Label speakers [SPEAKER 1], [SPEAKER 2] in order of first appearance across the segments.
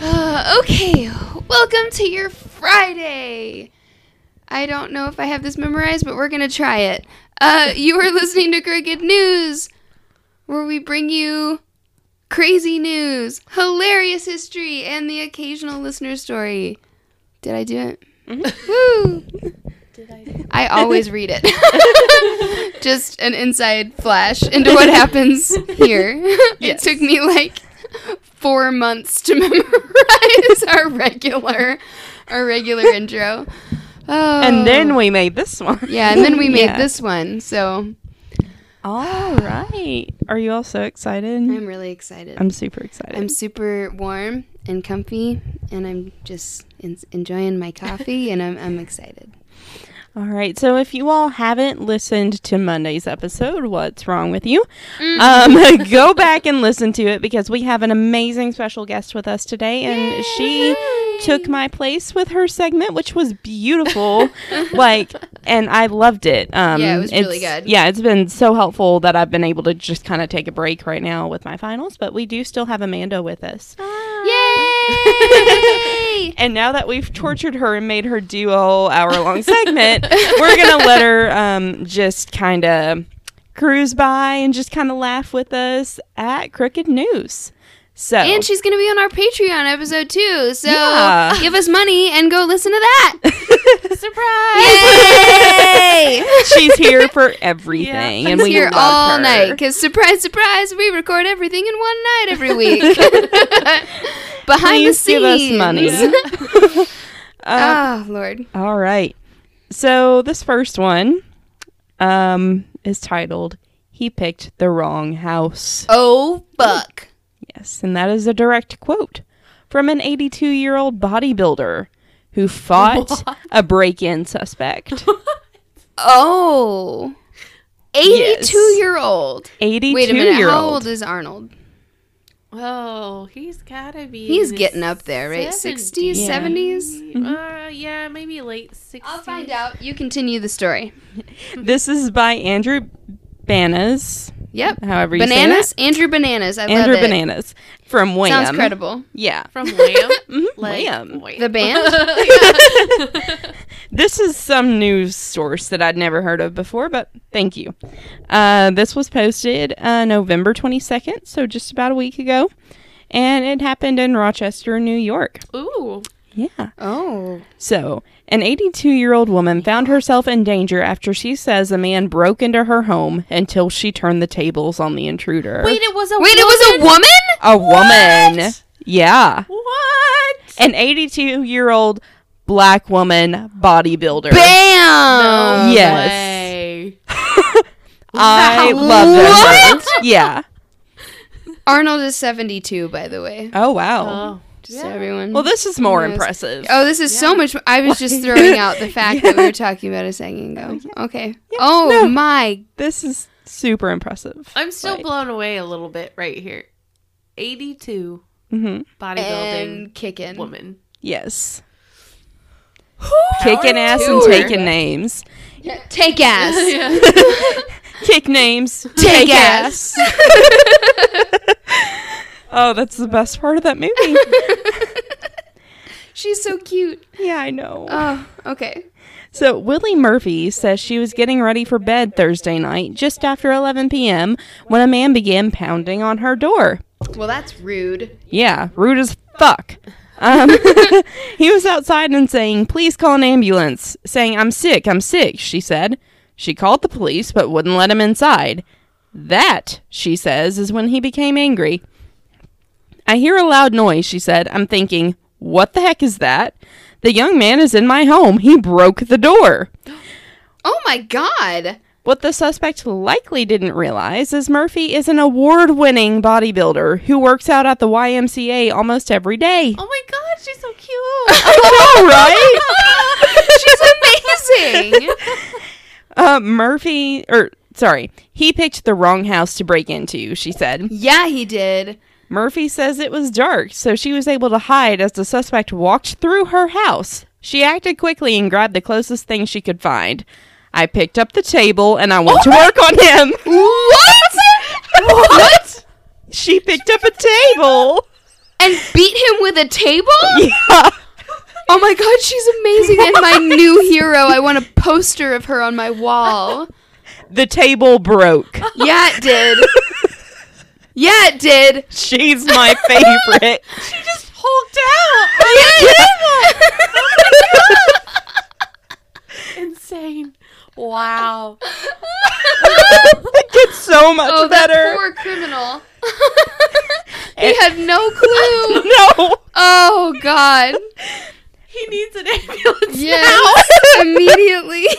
[SPEAKER 1] Uh, Okay, welcome to your Friday. I don't know if I have this memorized, but we're going to try it. Uh, you are listening to Crooked News, where we bring you crazy news, hilarious history, and the occasional listener story. Did I do it?
[SPEAKER 2] Mm-hmm.
[SPEAKER 1] Woo! I always read it. Just an inside flash into what happens here. It
[SPEAKER 2] Yes.
[SPEAKER 1] took me like four months to memorize our regular, our regular intro. Oh.
[SPEAKER 2] And then we made this one.
[SPEAKER 1] yeah, and then we made
[SPEAKER 2] Yeah.
[SPEAKER 1] this one. So
[SPEAKER 2] All right. Are you all so excited?
[SPEAKER 1] I'm really excited.
[SPEAKER 2] I'm super excited.
[SPEAKER 1] I'm super warm and comfy, and I'm just en- enjoying my coffee, and I'm I'm excited.
[SPEAKER 2] All right. So if you all haven't listened to Monday's episode, what's wrong with you?
[SPEAKER 1] Mm.
[SPEAKER 2] Um, go back and listen to it because we have an amazing special guest with us today, and she took my place with her segment, which was beautiful. like, and I loved it. Um,
[SPEAKER 1] Yeah, it was really
[SPEAKER 2] it's-
[SPEAKER 1] good.
[SPEAKER 2] Yeah, it's been so helpful that I've been able to just kind of take a break right now with my finals, but we do still have Amanda with us.
[SPEAKER 1] Ah. Yay!
[SPEAKER 2] And now that we've tortured her and made her do a whole hour long segment, we're going to let her um, just kind of cruise by and just kind of laugh with us at Crooked News. So,
[SPEAKER 1] and she's gonna be on our Patreon episode too. So
[SPEAKER 2] Yeah.
[SPEAKER 1] give us money and go listen to that.
[SPEAKER 2] surprise! she's here for everything. And
[SPEAKER 1] She's
[SPEAKER 2] we
[SPEAKER 1] here
[SPEAKER 2] love
[SPEAKER 1] all
[SPEAKER 2] her.
[SPEAKER 1] night because surprise, surprise, we record everything in one night every week. Behind
[SPEAKER 2] Please
[SPEAKER 1] the
[SPEAKER 2] give us
[SPEAKER 1] scenes.
[SPEAKER 2] money. Uh,
[SPEAKER 1] oh Lord.
[SPEAKER 2] all right. So, this first one um, is titled He Picked the Wrong House.
[SPEAKER 1] Oh fuck.
[SPEAKER 2] Yes, and that is a direct quote from an 82 year old bodybuilder who fought a break in suspect.
[SPEAKER 1] Oh. 82 year old.
[SPEAKER 2] 82
[SPEAKER 1] Wait a minute.
[SPEAKER 2] year
[SPEAKER 1] How
[SPEAKER 2] old.
[SPEAKER 1] old is Arnold?
[SPEAKER 3] Oh, he's gotta be.
[SPEAKER 1] He's getting Mm-hmm. up there, right? 60s,
[SPEAKER 3] 60s,
[SPEAKER 2] Yeah.
[SPEAKER 1] 70s?
[SPEAKER 3] Uh, yeah, maybe late 60s.
[SPEAKER 1] I'll find out. You continue the story.
[SPEAKER 2] This is by Andrew Banas,
[SPEAKER 1] Yep.
[SPEAKER 2] however you
[SPEAKER 1] Bananas?
[SPEAKER 2] say
[SPEAKER 1] Andrew Bananas. I
[SPEAKER 2] that. Andrew
[SPEAKER 1] love it.
[SPEAKER 2] Bananas from Wham.
[SPEAKER 1] Sounds credible.
[SPEAKER 2] Yeah.
[SPEAKER 3] From Lamb?
[SPEAKER 2] Mhm,
[SPEAKER 3] Like,
[SPEAKER 2] Wham.
[SPEAKER 3] wait.
[SPEAKER 1] The band?
[SPEAKER 2] This is some news source that I'd never heard of before, but thank you. Uh, this was posted uh, November 22nd, so just about a week ago, and it happened in Rochester, New York.
[SPEAKER 3] Ooh.
[SPEAKER 2] Yeah.
[SPEAKER 1] oh.
[SPEAKER 2] So, an 82 year old woman found herself in danger after she says a man broke into her home until she turned the tables on the intruder.
[SPEAKER 3] Wait, it was a
[SPEAKER 1] Wait, it was a woman?
[SPEAKER 2] a woman.
[SPEAKER 3] What?
[SPEAKER 2] Yeah.
[SPEAKER 3] What?
[SPEAKER 2] An 82 year old black woman bodybuilder.
[SPEAKER 1] Bam!
[SPEAKER 3] No
[SPEAKER 2] yes.
[SPEAKER 3] way.
[SPEAKER 2] I love that. woman. Yeah.
[SPEAKER 1] Arnold is 72, by the way.
[SPEAKER 2] Oh, wow.
[SPEAKER 3] Oh.
[SPEAKER 1] Just so everyone.
[SPEAKER 2] well, this is more
[SPEAKER 1] Yes.
[SPEAKER 2] impressive.
[SPEAKER 1] Oh, this is so much. I was just throwing out the fact that we were talking about a second ago. Okay. Oh
[SPEAKER 2] No.
[SPEAKER 1] my.
[SPEAKER 2] This is super impressive.
[SPEAKER 3] I'm still
[SPEAKER 2] Like-
[SPEAKER 3] blown away a little bit right here. 82
[SPEAKER 2] hmm
[SPEAKER 3] bodybuilding
[SPEAKER 1] And kicking.
[SPEAKER 3] woman.
[SPEAKER 2] Yes. Kicking ass and
[SPEAKER 1] to her.
[SPEAKER 2] taking names.
[SPEAKER 1] Take ass.
[SPEAKER 3] Yeah.
[SPEAKER 2] Kick names.
[SPEAKER 1] Take, ass.
[SPEAKER 2] Oh, that's the best part of that movie.
[SPEAKER 1] She's so cute.
[SPEAKER 2] yeah, I know.
[SPEAKER 1] Oh, okay.
[SPEAKER 2] Uh, so, Willie Murphy says she was getting ready for bed Thursday night just after 11 p.m. when a man began pounding on her door.
[SPEAKER 1] Well, that's rude.
[SPEAKER 2] Yeah, rude as fuck. Um, he was outside and saying, Please call an ambulance, saying, I'm sick, I'm sick, she said. She called the police but wouldn't let him inside. That, she says, is when he became angry. I hear a loud noise, she said. I'm thinking, What the heck is that? The young man is in my home. He broke the door.
[SPEAKER 1] Oh my god.
[SPEAKER 2] What the suspect likely didn't realize is Murphy is an award winning bodybuilder who works out at the YMCA almost every day.
[SPEAKER 3] Oh my god, she's so cute.
[SPEAKER 2] All right.
[SPEAKER 1] She's amazing.
[SPEAKER 2] Uh, Murphy, or sorry, he picked the wrong house to break into, she said.
[SPEAKER 1] yeah, he did.
[SPEAKER 2] Murphy says it was dark, so she was able to hide as the suspect walked through her house. She acted quickly and grabbed the closest thing she could find. I picked up the table and I went to work on him. What? what? She picked up a table.
[SPEAKER 1] and beat him with a table?
[SPEAKER 2] Yeah.
[SPEAKER 1] Oh my god, she's amazing and my new hero. I want a poster of her on my wall.
[SPEAKER 2] The table broke.
[SPEAKER 1] Yeah, it did. Yeah, it did.
[SPEAKER 2] She's my favorite.
[SPEAKER 3] She just hulked out. Insane. Wow. Oh
[SPEAKER 2] it gets so much
[SPEAKER 1] oh, that
[SPEAKER 2] better.
[SPEAKER 1] poor criminal. he had no clue.
[SPEAKER 2] no.
[SPEAKER 1] Oh god.
[SPEAKER 3] He needs an ambulance
[SPEAKER 1] Yes. Immediately.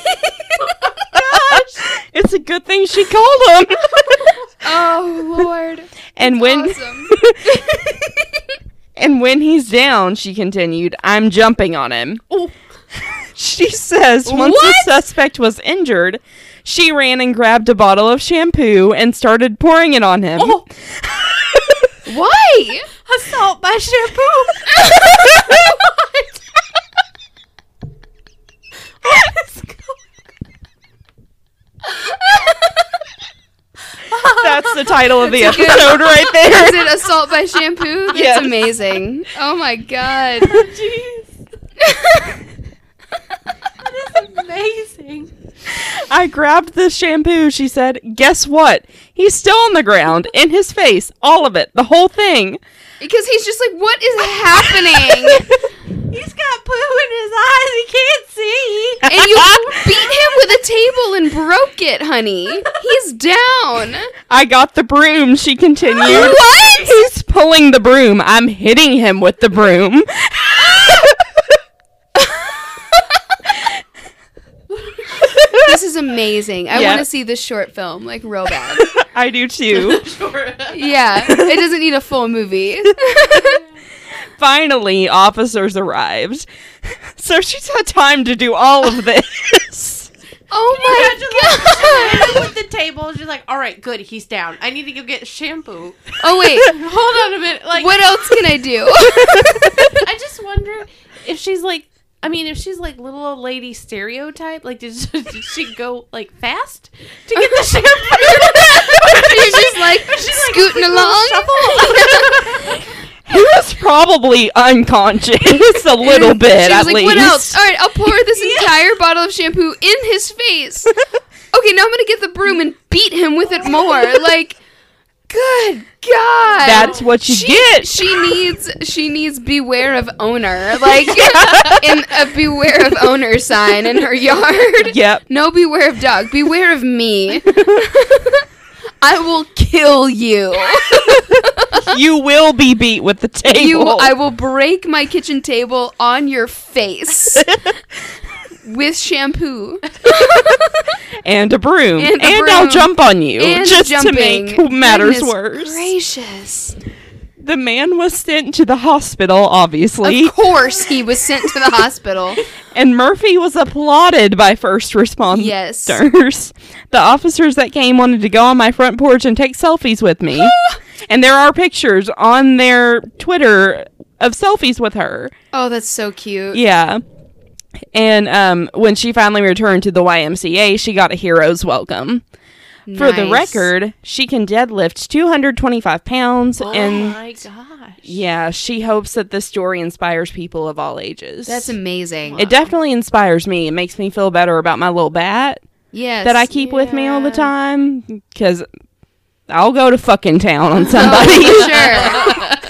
[SPEAKER 2] Oh It's a good thing she called him.
[SPEAKER 1] oh lord.
[SPEAKER 2] and when
[SPEAKER 1] Awesome.
[SPEAKER 2] and when he's down, she continued, "I'm jumping on him."
[SPEAKER 3] now. Ooh.
[SPEAKER 2] She says once
[SPEAKER 3] What?
[SPEAKER 2] the suspect was injured, she ran and grabbed a bottle of shampoo and started pouring it on him.
[SPEAKER 3] Oh,
[SPEAKER 1] Why?
[SPEAKER 3] assault by shampoo. What is going on?
[SPEAKER 2] That's the title of the
[SPEAKER 1] That's a good-
[SPEAKER 2] episode right
[SPEAKER 1] Is
[SPEAKER 2] there.
[SPEAKER 1] it assault by shampoo? That's
[SPEAKER 2] Yes.
[SPEAKER 1] amazing. Oh my god.
[SPEAKER 3] Jeez. That is amazing.
[SPEAKER 2] I grabbed the shampoo, she said. Guess what? He's still on the ground, in his face, all of it, the whole thing.
[SPEAKER 1] because he's just like, what is happening?
[SPEAKER 3] He's got poo in his eyes. He can't see.
[SPEAKER 1] and you beat him with a table and broke it, honey. He's down.
[SPEAKER 2] I got the broom, she continued.
[SPEAKER 1] What?
[SPEAKER 2] He's pulling the broom. I'm hitting him with the broom.
[SPEAKER 1] This is amazing. I
[SPEAKER 2] Yeah.
[SPEAKER 1] want to see this short film, like real bad.
[SPEAKER 2] I do too.
[SPEAKER 1] yeah, it doesn't need a full movie.
[SPEAKER 2] Finally, officers arrived. So she's had time to do all of this.
[SPEAKER 1] oh my
[SPEAKER 3] Congratulations.
[SPEAKER 1] god.
[SPEAKER 3] With the table, she's like, "All right, good, he's down. I need to go get shampoo."
[SPEAKER 1] Oh wait,
[SPEAKER 3] Hold on a minute. Like,
[SPEAKER 1] what else can I do?
[SPEAKER 3] I just wonder if she's like, I mean, if she's like little old lady stereotype, like, did she, did she go like fast to get the shampoo?
[SPEAKER 1] she's just like scooting along.
[SPEAKER 2] He was probably unconscious a little bit,
[SPEAKER 1] She was
[SPEAKER 2] at
[SPEAKER 1] like,
[SPEAKER 2] least.
[SPEAKER 1] What else? All right, I'll pour this entire bottle of shampoo in his face. Okay, now I'm gonna get the broom and beat him with it more. Like, good God,
[SPEAKER 2] That's what you get.
[SPEAKER 1] She needs she needs beware of owner, like in a beware of owner sign in her yard.
[SPEAKER 2] yep.
[SPEAKER 1] No beware of dog, beware of me. I will kill you.
[SPEAKER 2] you will be beat with the table.
[SPEAKER 1] You, I will break my kitchen table on your face with shampoo.
[SPEAKER 2] and a broom.
[SPEAKER 1] And
[SPEAKER 2] And,
[SPEAKER 1] a
[SPEAKER 2] I'll
[SPEAKER 1] broom.
[SPEAKER 2] jump on you
[SPEAKER 1] And
[SPEAKER 2] just
[SPEAKER 1] jumping.
[SPEAKER 2] to make matters
[SPEAKER 1] Goodness
[SPEAKER 2] worse.
[SPEAKER 1] Gracious.
[SPEAKER 2] The man was sent to the hospital, obviously,
[SPEAKER 1] Of course, he was sent to the hospital.
[SPEAKER 2] and Murphy was applauded by first responders.
[SPEAKER 1] Yes.
[SPEAKER 2] The officers that came wanted to go on my front porch and take selfies with me. and there are pictures on their Twitter of selfies with her.
[SPEAKER 1] Oh, that's so cute.
[SPEAKER 2] Yeah. And um, when she finally returned to the YMCA, she got a hero's welcome. For the
[SPEAKER 1] Nice.
[SPEAKER 2] record, she can deadlift 225 pounds,
[SPEAKER 3] Oh
[SPEAKER 2] and
[SPEAKER 3] my gosh!
[SPEAKER 2] yeah, she hopes that this story inspires people of all ages.
[SPEAKER 1] that's amazing.
[SPEAKER 2] it. Definitely inspires me. It makes me feel better about my little bat
[SPEAKER 1] yes.
[SPEAKER 2] that I keep with me all the
[SPEAKER 3] yeah.
[SPEAKER 2] time because I'll go to fucking town on
[SPEAKER 1] Oh,
[SPEAKER 2] somebody.
[SPEAKER 1] for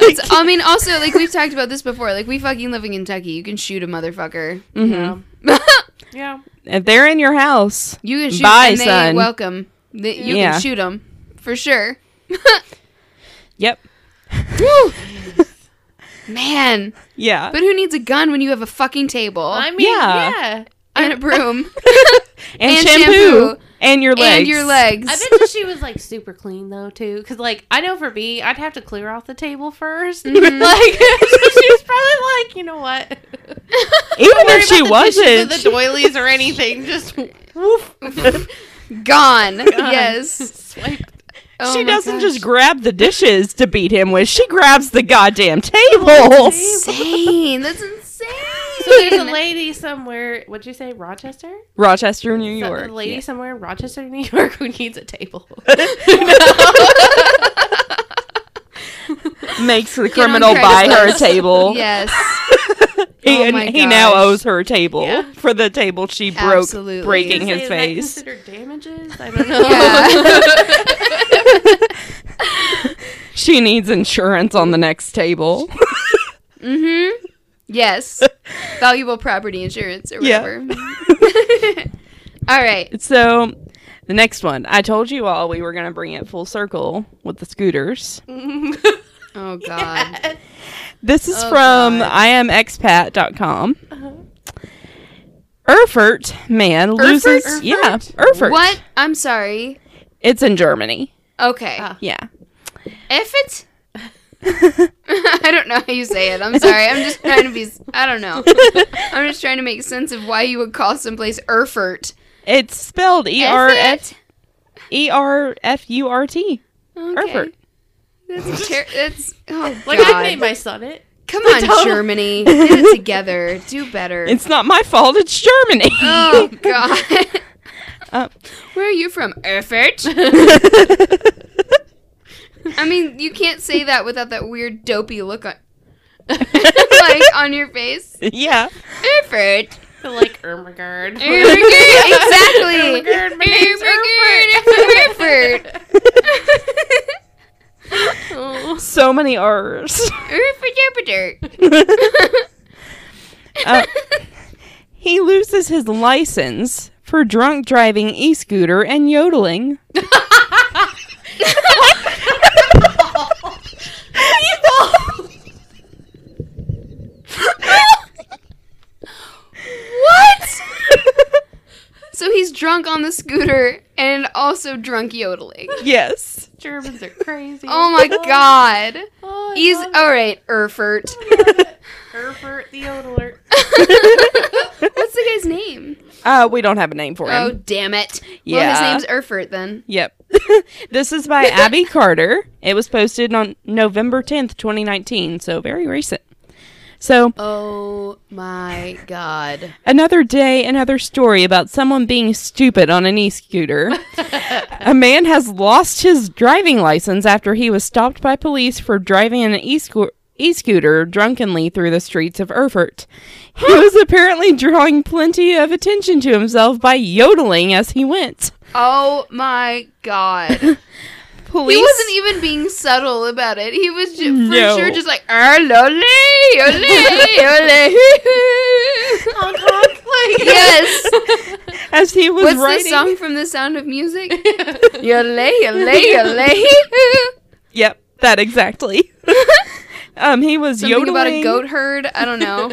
[SPEAKER 1] sure. It's- I mean, also, like we've talked about this before. Like we fucking live in Kentucky. You can shoot a motherfucker.
[SPEAKER 2] Mhm.
[SPEAKER 3] Yeah.
[SPEAKER 2] If they're in your house,
[SPEAKER 1] You can shoot.
[SPEAKER 2] Bye,
[SPEAKER 1] and they
[SPEAKER 2] son.
[SPEAKER 1] Welcome. They, you
[SPEAKER 2] Yeah.
[SPEAKER 1] can shoot them for sure.
[SPEAKER 2] yep,
[SPEAKER 1] Woo. Man,
[SPEAKER 2] yeah.
[SPEAKER 1] but who needs a gun when you have a fucking table
[SPEAKER 3] I mean,
[SPEAKER 2] Yeah.
[SPEAKER 3] Oh, yeah.
[SPEAKER 1] and a broom
[SPEAKER 2] and,
[SPEAKER 1] and
[SPEAKER 2] shampoo,
[SPEAKER 1] shampoo.
[SPEAKER 2] and your legs
[SPEAKER 1] and your legs?
[SPEAKER 3] I bet you she was like super clean though too, because like I know for me, I'd have to clear off the table 1st Like so she was probably like, you know what?
[SPEAKER 2] Even
[SPEAKER 3] Worry
[SPEAKER 2] if she
[SPEAKER 3] about the dishes or
[SPEAKER 2] wasn't,
[SPEAKER 3] the doilies or anything, just woof,
[SPEAKER 1] Gone. Yes.
[SPEAKER 3] swipe.
[SPEAKER 1] Oh
[SPEAKER 2] she
[SPEAKER 1] my
[SPEAKER 2] doesn't
[SPEAKER 1] gosh.
[SPEAKER 2] just grab the dishes to beat him with. She grabs the goddamn table.
[SPEAKER 1] insane. That's insane.
[SPEAKER 3] So there's a lady somewhere. What'd you say, Rochester?
[SPEAKER 2] Rochester, New
[SPEAKER 3] Some-
[SPEAKER 2] York.
[SPEAKER 3] a lady somewhere in Rochester, New York, who needs a table.
[SPEAKER 2] makes the
[SPEAKER 1] Get on
[SPEAKER 2] criminal buy her a
[SPEAKER 1] Craigslist.
[SPEAKER 2] table.
[SPEAKER 1] Yes.
[SPEAKER 2] He,
[SPEAKER 1] Oh
[SPEAKER 2] and
[SPEAKER 1] my
[SPEAKER 2] he now
[SPEAKER 1] gosh.
[SPEAKER 2] owes her table
[SPEAKER 3] Yeah.
[SPEAKER 2] for the table she broke
[SPEAKER 1] Absolutely.
[SPEAKER 2] breaking
[SPEAKER 3] Say,
[SPEAKER 2] his
[SPEAKER 3] is that
[SPEAKER 2] face.
[SPEAKER 3] considered damages? I don't know.
[SPEAKER 2] She needs insurance on the next table.
[SPEAKER 1] mm-hmm. Yes. Valuable property insurance or
[SPEAKER 2] Yeah.
[SPEAKER 1] whatever. All right.
[SPEAKER 2] so, the next one. I told you all we were going to bring it full circle with the scooters.
[SPEAKER 1] Oh God.
[SPEAKER 3] God.
[SPEAKER 2] This is
[SPEAKER 1] Oh,
[SPEAKER 2] from
[SPEAKER 1] God.
[SPEAKER 2] iamexpat.com.
[SPEAKER 3] Uh-huh.
[SPEAKER 2] Erfurt man loses.
[SPEAKER 1] Erfurt?
[SPEAKER 2] Yeah, Erfurt.
[SPEAKER 1] What? I'm sorry.
[SPEAKER 2] It's in Germany.
[SPEAKER 1] Okay.
[SPEAKER 3] Ah.
[SPEAKER 2] Yeah.
[SPEAKER 1] If it's I don't know how you say it. I'm sorry. I'm just trying to be. I don't know. I'm just trying to make sense of why you would call someplace Erfurt.
[SPEAKER 2] it's spelled E R F
[SPEAKER 1] Effort?
[SPEAKER 2] E R F U R T.
[SPEAKER 1] Okay.
[SPEAKER 2] Erfurt.
[SPEAKER 1] That's ter- that's oh
[SPEAKER 3] Like I
[SPEAKER 1] god.
[SPEAKER 3] made my son it.
[SPEAKER 1] Come on, Germany. Get it together. Do better.
[SPEAKER 2] It's not my fault. It's Germany.
[SPEAKER 1] oh god.
[SPEAKER 2] Uh,
[SPEAKER 1] Where are you from, Erfurt? I mean, you can't say that without that weird dopey look on like on your face.
[SPEAKER 2] yeah.
[SPEAKER 1] Erfurt.
[SPEAKER 3] The, like Ermagerd.
[SPEAKER 1] Erfurt. Exactly.
[SPEAKER 3] Ermagerd means
[SPEAKER 1] Erfurt. Erfurt.
[SPEAKER 3] Erfurt.
[SPEAKER 2] So many R's.
[SPEAKER 1] Erfurt.
[SPEAKER 2] Uh, he loses his license for drunk driving e scooter and yodeling.
[SPEAKER 1] What? so he's drunk on the scooter and also drunk yodeling.
[SPEAKER 2] yes.
[SPEAKER 3] Germans are crazy.
[SPEAKER 1] Oh my god.
[SPEAKER 3] Oh, I
[SPEAKER 1] He's
[SPEAKER 3] love
[SPEAKER 1] all right, Erfurt.
[SPEAKER 3] it. Erfurt the yodeler.
[SPEAKER 1] Oh What's the guy's name?
[SPEAKER 2] Uh, we don't have a name for him.
[SPEAKER 1] Oh damn it!
[SPEAKER 2] Yeah.
[SPEAKER 1] Well, his name's Erfurt then.
[SPEAKER 2] Yep. this is by Abby Carter. It was posted on November 10th, 2019, so very recent. So,
[SPEAKER 1] Oh my god.
[SPEAKER 2] another day, another story about someone being stupid on an e scooter. a man has lost his driving license after he was stopped by police for driving an e scooter drunkenly through the streets of Erfurt. He was apparently drawing plenty of attention to himself by yodeling as he went.
[SPEAKER 1] Oh my god. he
[SPEAKER 2] Police.
[SPEAKER 1] wasn't even being subtle about it. He was ju- for
[SPEAKER 2] No.
[SPEAKER 3] Oh.
[SPEAKER 1] sure just like, "Ah, lolly, ole, ole."
[SPEAKER 3] Honk, honk, like-
[SPEAKER 1] yes.
[SPEAKER 2] as he was
[SPEAKER 1] What's
[SPEAKER 2] riding.
[SPEAKER 1] the song from The Sound of Music? yole, yole, yole.
[SPEAKER 2] Yep, that exactly. um, he was
[SPEAKER 1] Something
[SPEAKER 2] yodeling.
[SPEAKER 1] about a goat herd. I don't know.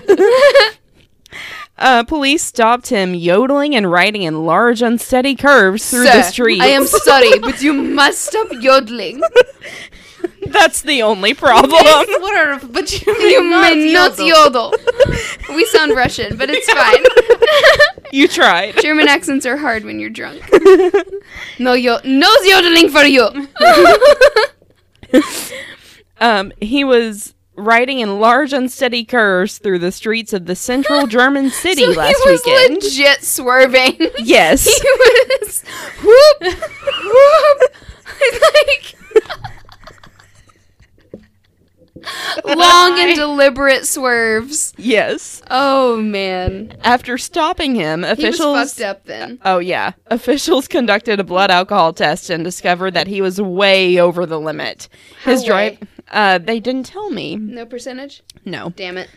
[SPEAKER 2] Uh, police stopped him yodeling and riding in large, unsteady curves through the
[SPEAKER 1] Sir,
[SPEAKER 2] street.
[SPEAKER 1] I am sorry, but you must stop yodeling.
[SPEAKER 2] That's the only problem.
[SPEAKER 3] What are, but you may
[SPEAKER 1] You
[SPEAKER 3] not
[SPEAKER 1] may not
[SPEAKER 3] yodel.
[SPEAKER 1] yodel. We sound Russian, but it's fine.
[SPEAKER 2] you tried.
[SPEAKER 1] German accents are hard when you're drunk. No yo- no yodeling for you.
[SPEAKER 2] um, he was riding in large, unsteady curves through the streets of the central German city
[SPEAKER 1] so
[SPEAKER 2] last
[SPEAKER 1] he was
[SPEAKER 2] weekend.
[SPEAKER 1] legit swerving. He
[SPEAKER 2] yes.
[SPEAKER 1] was whoop whoop like long and deliberate swerves.
[SPEAKER 2] yes.
[SPEAKER 1] Oh man,
[SPEAKER 2] After stopping him,
[SPEAKER 1] he was
[SPEAKER 2] officials
[SPEAKER 1] fucked up then.
[SPEAKER 2] Oh yeah. Officials conducted a blood alcohol test and discovered that he was way over the limit. His
[SPEAKER 1] How
[SPEAKER 2] drive uh they didn't tell me.
[SPEAKER 1] No percentage.
[SPEAKER 2] No.
[SPEAKER 1] Damn it.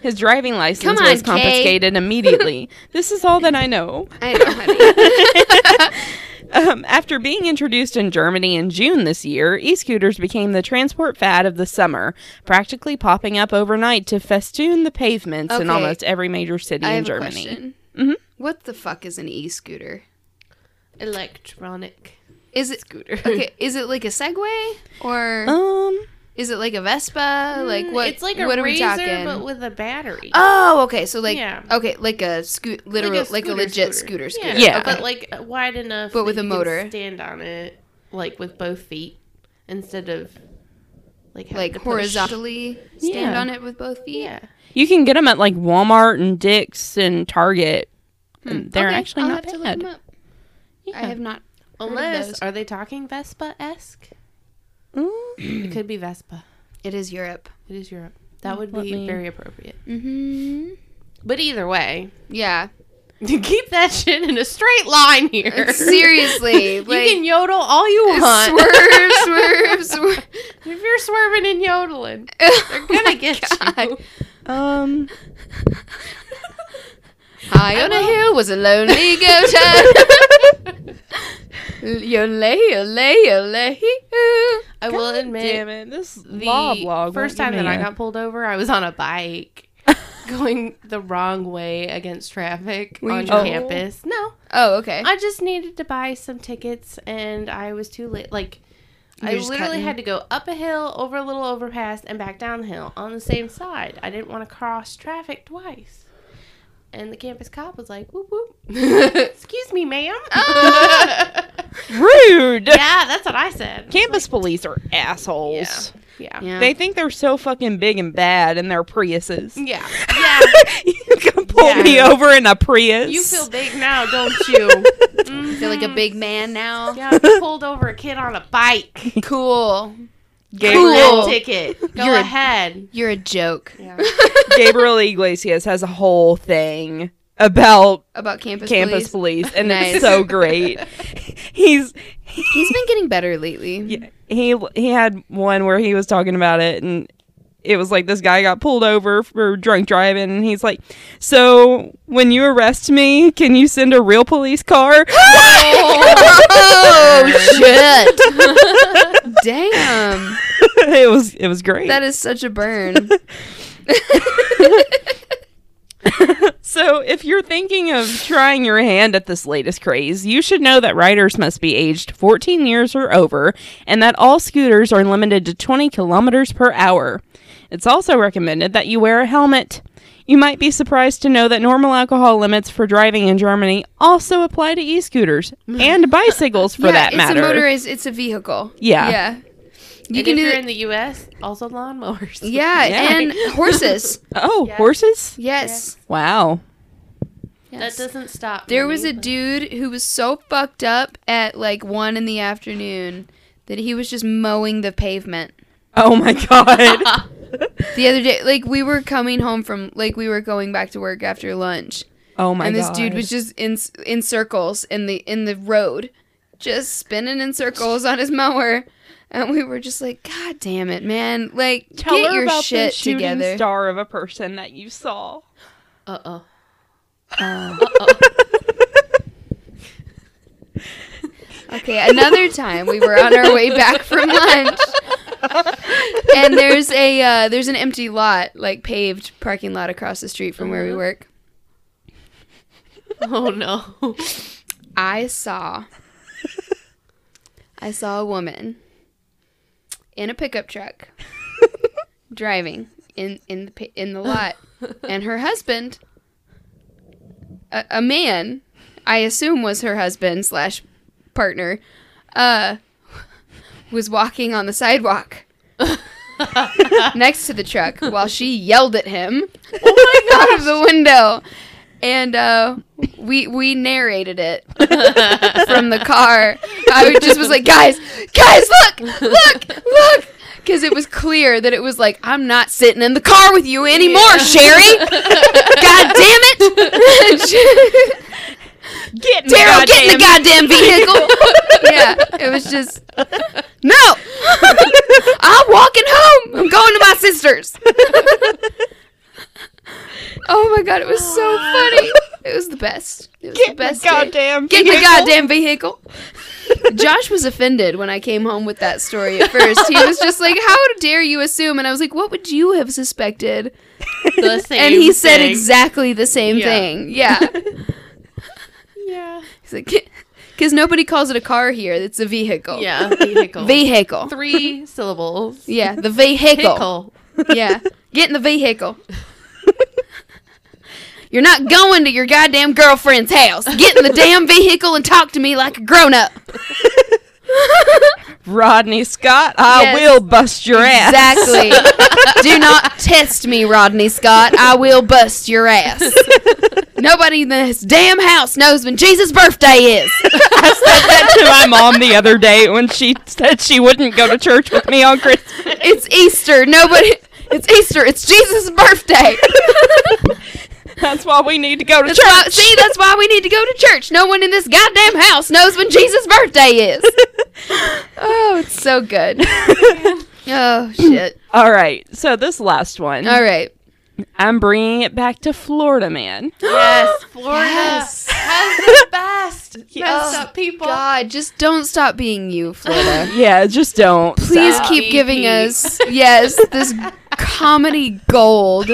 [SPEAKER 2] His driving license
[SPEAKER 1] Come on,
[SPEAKER 2] was
[SPEAKER 1] Kay.
[SPEAKER 2] confiscated immediately. this is all that I know.
[SPEAKER 1] I know, honey.
[SPEAKER 2] Um, after being introduced in Germany in June this year, e scooters became the transport fad of the summer, practically popping up overnight to festoon the pavements in
[SPEAKER 1] Okay.
[SPEAKER 2] almost every major city
[SPEAKER 1] I
[SPEAKER 2] in
[SPEAKER 1] have a
[SPEAKER 2] Germany.
[SPEAKER 1] question.
[SPEAKER 2] Mhm.
[SPEAKER 1] What the fuck is an e-scooter?
[SPEAKER 3] Electronic.
[SPEAKER 1] Is it scooter? Okay, is it like a Segway or
[SPEAKER 2] Um,
[SPEAKER 1] is it like a Vespa? Like what?
[SPEAKER 3] mm, Hmm, It's like a
[SPEAKER 1] what are we
[SPEAKER 3] razor,
[SPEAKER 1] talking?
[SPEAKER 3] but with a battery.
[SPEAKER 1] oh, okay. So like
[SPEAKER 3] Yeah.
[SPEAKER 1] okay, like a scoot, literal, like a,
[SPEAKER 3] scooter
[SPEAKER 1] legit scooter scooter.
[SPEAKER 2] Yeah. Yeah.
[SPEAKER 1] Okay.
[SPEAKER 3] but like wide enough.
[SPEAKER 1] But
[SPEAKER 3] that
[SPEAKER 1] with a
[SPEAKER 3] you can
[SPEAKER 1] motor.
[SPEAKER 3] stand on it, like with both feet, instead of like having
[SPEAKER 1] Like
[SPEAKER 3] to push.
[SPEAKER 1] horizontally stand
[SPEAKER 2] Yeah.
[SPEAKER 1] on it with both feet.
[SPEAKER 3] Yeah.
[SPEAKER 2] You can get them at like Walmart and Dick's and Target. And they're
[SPEAKER 1] Hmm. Okay,
[SPEAKER 2] actually
[SPEAKER 1] I'll
[SPEAKER 2] not
[SPEAKER 1] have to look
[SPEAKER 2] bad.
[SPEAKER 1] 'em up. I have not.
[SPEAKER 3] Unless
[SPEAKER 1] those.
[SPEAKER 3] are they talking Vespa esque?
[SPEAKER 2] Mm.
[SPEAKER 3] It could be Vespa.
[SPEAKER 1] It is Europe.
[SPEAKER 3] It is Europe. That would
[SPEAKER 2] Mm, Let
[SPEAKER 3] be
[SPEAKER 2] me-
[SPEAKER 3] very appropriate.
[SPEAKER 1] Mm-hmm.
[SPEAKER 3] But either way,
[SPEAKER 1] Yeah.
[SPEAKER 3] keep that shit in a straight line here.
[SPEAKER 1] Seriously,
[SPEAKER 3] you
[SPEAKER 1] like-
[SPEAKER 3] can yodel all you want.
[SPEAKER 1] Swerve, swerve, swerve.
[SPEAKER 3] If you're swerving and yodeling,
[SPEAKER 1] They're
[SPEAKER 3] gonna get you.
[SPEAKER 2] Um,
[SPEAKER 1] High on a hill was a lonely goatherd. Yole, yole, yole, hee-hoo.
[SPEAKER 3] I will admit,
[SPEAKER 2] damn it, this
[SPEAKER 3] the
[SPEAKER 2] law blog.
[SPEAKER 3] first
[SPEAKER 2] won't
[SPEAKER 3] time
[SPEAKER 2] give
[SPEAKER 3] that
[SPEAKER 2] me
[SPEAKER 3] I
[SPEAKER 2] a-
[SPEAKER 3] got pulled over, I was on a bike going the wrong way against traffic
[SPEAKER 1] Were you
[SPEAKER 3] on
[SPEAKER 1] drunk?
[SPEAKER 3] campus. No,
[SPEAKER 1] Oh, okay.
[SPEAKER 3] I just needed to buy some tickets, and I was too late. Like. I
[SPEAKER 1] You're just
[SPEAKER 3] literally
[SPEAKER 1] cutting.
[SPEAKER 3] had to go up a hill, over a little overpass, and back down the hill on the same side. I didn't want to cross traffic twice. And the campus cop was like, whoop whoop. Excuse me, ma'am. yeah,
[SPEAKER 2] rude.
[SPEAKER 3] that's what I said.
[SPEAKER 2] Campus police are assholes.
[SPEAKER 3] Yeah.
[SPEAKER 1] Yeah.
[SPEAKER 2] They think they're so fucking big and bad in their Priuses.
[SPEAKER 3] Yeah.
[SPEAKER 2] you can pull me
[SPEAKER 3] Yeah.
[SPEAKER 2] over in a Prius.
[SPEAKER 3] You feel Mm. big now, don't you?
[SPEAKER 1] I feel like a big man now.
[SPEAKER 3] Yeah, you pulled over a kid on a bike.
[SPEAKER 1] Cool.
[SPEAKER 3] Give
[SPEAKER 2] Gabriel,
[SPEAKER 1] Cool.
[SPEAKER 3] him a ticket. Go
[SPEAKER 1] You're a-
[SPEAKER 3] ahead.
[SPEAKER 1] You're a joke.
[SPEAKER 3] Yeah.
[SPEAKER 2] Gabriel Iglesias has a whole thing about
[SPEAKER 1] About campus,
[SPEAKER 2] campus
[SPEAKER 1] police.
[SPEAKER 2] police, and
[SPEAKER 1] Nice.
[SPEAKER 2] it's so great. He's
[SPEAKER 1] He's been getting better lately.
[SPEAKER 2] Yeah, he he had one where he was talking about it and it was like this guy got pulled over for drunk driving and he's like so when you arrest me can you send a real police car
[SPEAKER 1] Oh shit! Damn,
[SPEAKER 2] it was it was great
[SPEAKER 1] that is such a burn.
[SPEAKER 2] so if you're thinking of trying your hand at this latest craze you should know that riders must be aged 14 years or over and that all scooters are limited to 20 kilometers per hour it's also recommended that you wear a helmet You might be surprised to know that normal alcohol limits for driving in Germany also apply to e-scooters and bicycles for
[SPEAKER 1] Mm. yeah,
[SPEAKER 2] that
[SPEAKER 1] it's
[SPEAKER 2] matter.
[SPEAKER 1] a motorized. It's a vehicle.
[SPEAKER 2] Yeah.
[SPEAKER 1] yeah. You
[SPEAKER 3] and
[SPEAKER 1] can
[SPEAKER 3] if
[SPEAKER 1] do
[SPEAKER 3] you're
[SPEAKER 1] that.
[SPEAKER 3] in the U.S., also lawnmowers.
[SPEAKER 1] yeah,
[SPEAKER 2] Yeah.
[SPEAKER 1] and horses.
[SPEAKER 2] oh,
[SPEAKER 3] Yeah.
[SPEAKER 2] horses?
[SPEAKER 1] Yes.
[SPEAKER 2] Wow.
[SPEAKER 3] That doesn't stop.
[SPEAKER 1] There
[SPEAKER 3] me.
[SPEAKER 1] was a dude who was so fucked up at like one in the afternoon that he was just mowing the pavement.
[SPEAKER 2] Oh my god.
[SPEAKER 1] The other day, like we were coming home from, like we were going back to work after lunch,
[SPEAKER 2] Oh my god.
[SPEAKER 1] and this dude was just in in circles in the in the road, just spinning in circles on his mower, and we were just like, God damn it, man! Like
[SPEAKER 2] Tell
[SPEAKER 1] get
[SPEAKER 2] her
[SPEAKER 1] your
[SPEAKER 2] about
[SPEAKER 1] shit
[SPEAKER 2] the shooting
[SPEAKER 1] together.
[SPEAKER 2] star of a person that you saw.
[SPEAKER 3] Uh oh.
[SPEAKER 1] Okay, another time we were on our way back from lunch, and there's a uh, there's an empty lot, like paved parking lot across the street from where we
[SPEAKER 3] Mhm.
[SPEAKER 1] work.
[SPEAKER 3] Oh no.
[SPEAKER 1] I saw I saw a woman in a pickup truck
[SPEAKER 2] Oh
[SPEAKER 1] driving in in the pi- in the lot and her husband a, a man I assume was her husband slash partner uh was walking on the sidewalk next to the truck while she yelled at him out of the window and uh we we narrated it from the car. I was- just was like, guys, guys, look, look, look. Because it was clear that it was like, I'm not sitting in the car with you anymore, Sherry. God damn it.
[SPEAKER 2] Get in
[SPEAKER 1] Daryl, get in the goddamn
[SPEAKER 2] goddamn-
[SPEAKER 1] vehicle. yeah, it was just, no. I'm walking home. I'm going to my sister's. oh my God, it was so funny. It was the best. It was the
[SPEAKER 2] Get in the
[SPEAKER 1] best. day.
[SPEAKER 2] goddamn
[SPEAKER 1] Get in the
[SPEAKER 2] vehicle.
[SPEAKER 1] goddamn vehicle. Josh was offended when I came home with that story at first. He was just like, How dare you assume? And I was like, What would you have suspected?
[SPEAKER 3] The same
[SPEAKER 1] and he said
[SPEAKER 3] thing.
[SPEAKER 1] exactly the same
[SPEAKER 3] Yeah.
[SPEAKER 1] thing. Yeah.
[SPEAKER 3] Yeah.
[SPEAKER 1] He's like, Because nobody calls it a car here, it's a vehicle.
[SPEAKER 3] Yeah. Vehicle.
[SPEAKER 1] Vehicle.
[SPEAKER 3] Three syllables.
[SPEAKER 1] Yeah, the vehicle.
[SPEAKER 3] Pickle.
[SPEAKER 1] Yeah. Get in the vehicle. You're not going to your goddamn girlfriend's house. Get in the damn vehicle and talk to me like a grown up.
[SPEAKER 2] Rodney Scott, I
[SPEAKER 1] Yes.
[SPEAKER 2] will bust your ass.
[SPEAKER 1] Exactly. Do not test me, Rodney Scott. I will bust your ass. Nobody in this damn house knows when Jesus' birthday is.
[SPEAKER 2] I said that to my mom the other day when she said she wouldn't go to church with me on Christmas.
[SPEAKER 1] It's Easter. Nobody. It's Easter. It's Jesus' birthday.
[SPEAKER 2] That's why we need to go to
[SPEAKER 1] That's why,
[SPEAKER 2] church.
[SPEAKER 1] see, that's why we need to go to church. No one in this goddamn house knows when Jesus' birthday is. Oh, it's so good. Oh shit.
[SPEAKER 2] All right. So this last one,
[SPEAKER 1] All right.
[SPEAKER 2] I'm bringing it back to Florida Man.
[SPEAKER 3] Yes, Florida
[SPEAKER 1] Yes.
[SPEAKER 3] has the best messed
[SPEAKER 1] Oh,
[SPEAKER 3] up people.
[SPEAKER 1] God, just don't stop being you, Florida.
[SPEAKER 2] Yeah, just don't.
[SPEAKER 1] Please
[SPEAKER 3] Stop.
[SPEAKER 1] keep giving
[SPEAKER 3] BP.
[SPEAKER 1] us yes this comedy gold.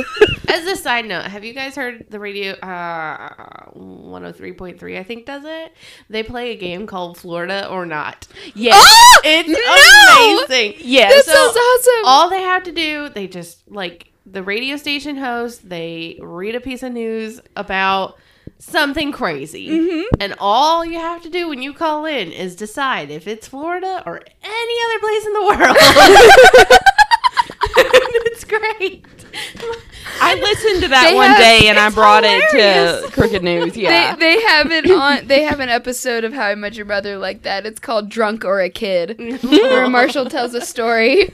[SPEAKER 3] As a side note, have you guys heard the radio uh, 103.3, I think does it? They play a game called Florida or Not.
[SPEAKER 2] Yes.
[SPEAKER 1] Ah!
[SPEAKER 3] It's
[SPEAKER 1] No!
[SPEAKER 3] amazing.
[SPEAKER 2] Yes.
[SPEAKER 1] That
[SPEAKER 3] so
[SPEAKER 1] sounds awesome.
[SPEAKER 3] All they have to do, they just like the radio station host, they read a piece of news about something crazy. And all you have to do when you call in is decide if it's Florida or any other place in the world. it's great.
[SPEAKER 2] I listened to that
[SPEAKER 1] They
[SPEAKER 2] one
[SPEAKER 1] have-
[SPEAKER 2] day and I
[SPEAKER 3] it's
[SPEAKER 2] brought it to
[SPEAKER 3] hilarious.
[SPEAKER 2] Crooked News. Yeah.
[SPEAKER 1] They they have it on they have an episode of How I Met Your Mother like that. It's called Drunk or a Kid. Where Marshall tells a story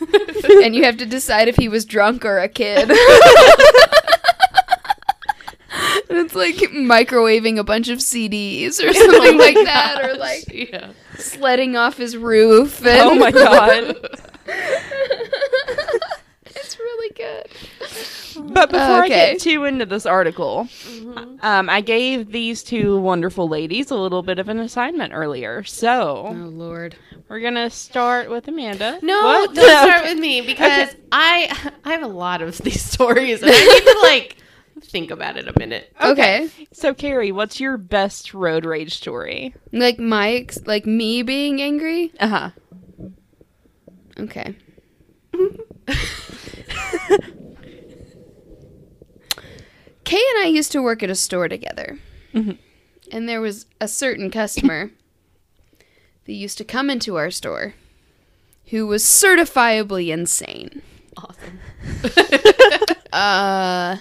[SPEAKER 1] and you have to decide if he was drunk or a kid. And it's like microwaving a bunch of CDs or something like that, or like
[SPEAKER 3] yeah.
[SPEAKER 1] sledding off his roof. And
[SPEAKER 2] oh my god.
[SPEAKER 1] it's really good.
[SPEAKER 2] But before I
[SPEAKER 1] Okay. Mm-hmm.
[SPEAKER 2] get too into this article, um, I gave these two wonderful ladies a little bit of an assignment earlier. So
[SPEAKER 1] Oh. Lord.
[SPEAKER 2] we're gonna start with Amanda.
[SPEAKER 3] No,
[SPEAKER 2] What?
[SPEAKER 3] don't start with me because I I have a lot of these stories and I need to like think about it a minute.
[SPEAKER 1] Okay.
[SPEAKER 2] So Carrie, what's your best road rage story?
[SPEAKER 1] Like my ex- like me being angry?
[SPEAKER 2] Uh huh.
[SPEAKER 1] Okay. Kay and I used to work at a store together. Mm-hmm.
[SPEAKER 2] Mhm.
[SPEAKER 1] And there was a certain customer that used to come into our store who was certifiably insane.
[SPEAKER 3] Awesome.
[SPEAKER 1] Uh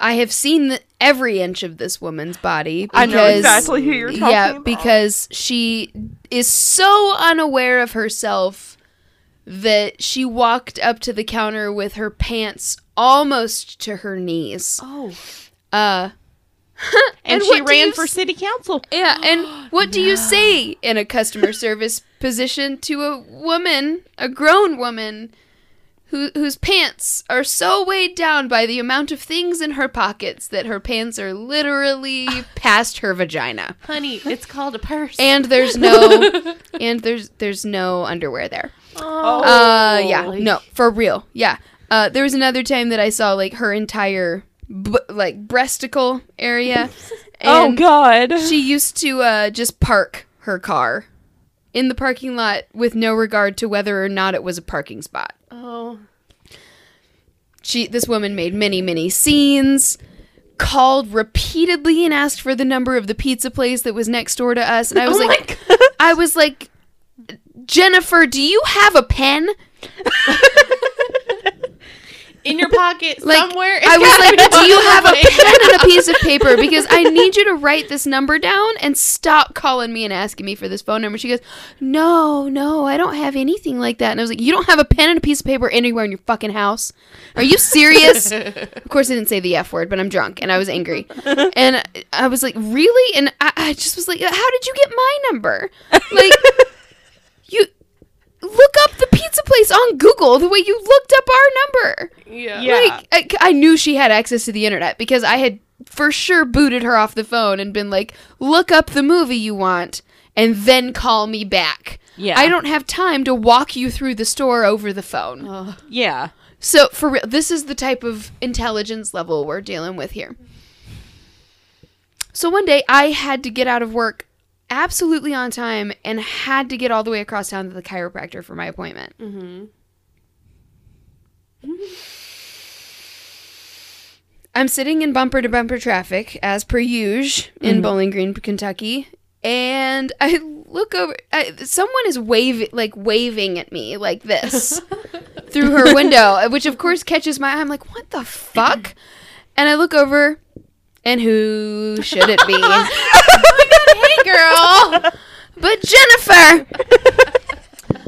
[SPEAKER 1] I have seen the, every inch of this woman's body because
[SPEAKER 2] I know exactly who you're talking
[SPEAKER 1] yeah,
[SPEAKER 2] about.
[SPEAKER 1] because she is so unaware of herself that she walked up to the counter with her pants almost to her knees.
[SPEAKER 3] Oh,
[SPEAKER 1] Uh
[SPEAKER 2] and,
[SPEAKER 1] And
[SPEAKER 2] she
[SPEAKER 1] what do you
[SPEAKER 2] ran for
[SPEAKER 1] s-
[SPEAKER 2] city council.
[SPEAKER 1] yeah, and what do you say in a customer service position to a woman, a grown woman, who, whose pants are so weighed down by the amount of things in her pockets that her pants are literally past her vagina,
[SPEAKER 3] honey, it's called a purse.
[SPEAKER 1] and there's no, and there's there's no underwear there.
[SPEAKER 3] oh,
[SPEAKER 1] Uh, yeah,
[SPEAKER 3] Holy
[SPEAKER 1] no, for real, yeah. Uh, there was another time that I saw like her entire, b- like breasticle area.
[SPEAKER 2] Oh
[SPEAKER 1] and-
[SPEAKER 2] God.
[SPEAKER 1] she used to uh, just park her car in the parking lot with no regard to whether or not it was a parking spot.
[SPEAKER 3] oh,
[SPEAKER 1] She, this woman made many, many scenes, called repeatedly and asked for the number of the pizza place that was next door to us, and I was
[SPEAKER 3] Oh
[SPEAKER 1] like,
[SPEAKER 3] my God.
[SPEAKER 1] I was like, Jennifer, do you have a pen?
[SPEAKER 3] in your pocket
[SPEAKER 1] Like,
[SPEAKER 3] somewhere.
[SPEAKER 1] I was like, do you have a
[SPEAKER 3] purse?
[SPEAKER 1] pen and a piece of paper? Because I need you to write this number down and stop calling me and asking me for this phone number. She goes, no, no, I don't have anything like that. And I was like, you don't have a pen and a piece of paper anywhere in your fucking house? Are you serious? of course, I didn't say the F word, but I'm drunk and I was angry. And I- I was like, really? And I, I just was like, how did you get my number? Like, you. Look up the pizza place on Google the way you looked up our number.
[SPEAKER 3] yeah.
[SPEAKER 2] Yeah.
[SPEAKER 1] Like, I, I knew she had access to the internet because I had for sure booted her off the phone and been like, look up the movie you want and then call me back.
[SPEAKER 2] Yeah.
[SPEAKER 1] I don't have time to walk you through the store over the phone.
[SPEAKER 3] Oh,
[SPEAKER 2] Yeah.
[SPEAKER 1] So, for real, this is the type of intelligence level we're dealing with here. So, one day I had to get out of work absolutely on time and had to get all the way across town to the chiropractor for my appointment.
[SPEAKER 3] mm-hmm.
[SPEAKER 1] I'm sitting in bumper to bumper traffic, as per usual, in Bowling Green, Kentucky, and I look over. I, someone is waving, like waving at me, like this, through her window, which of course catches my eye. I'm like, "What the fuck?" And I look over, and who should it be? girl. But Jennifer.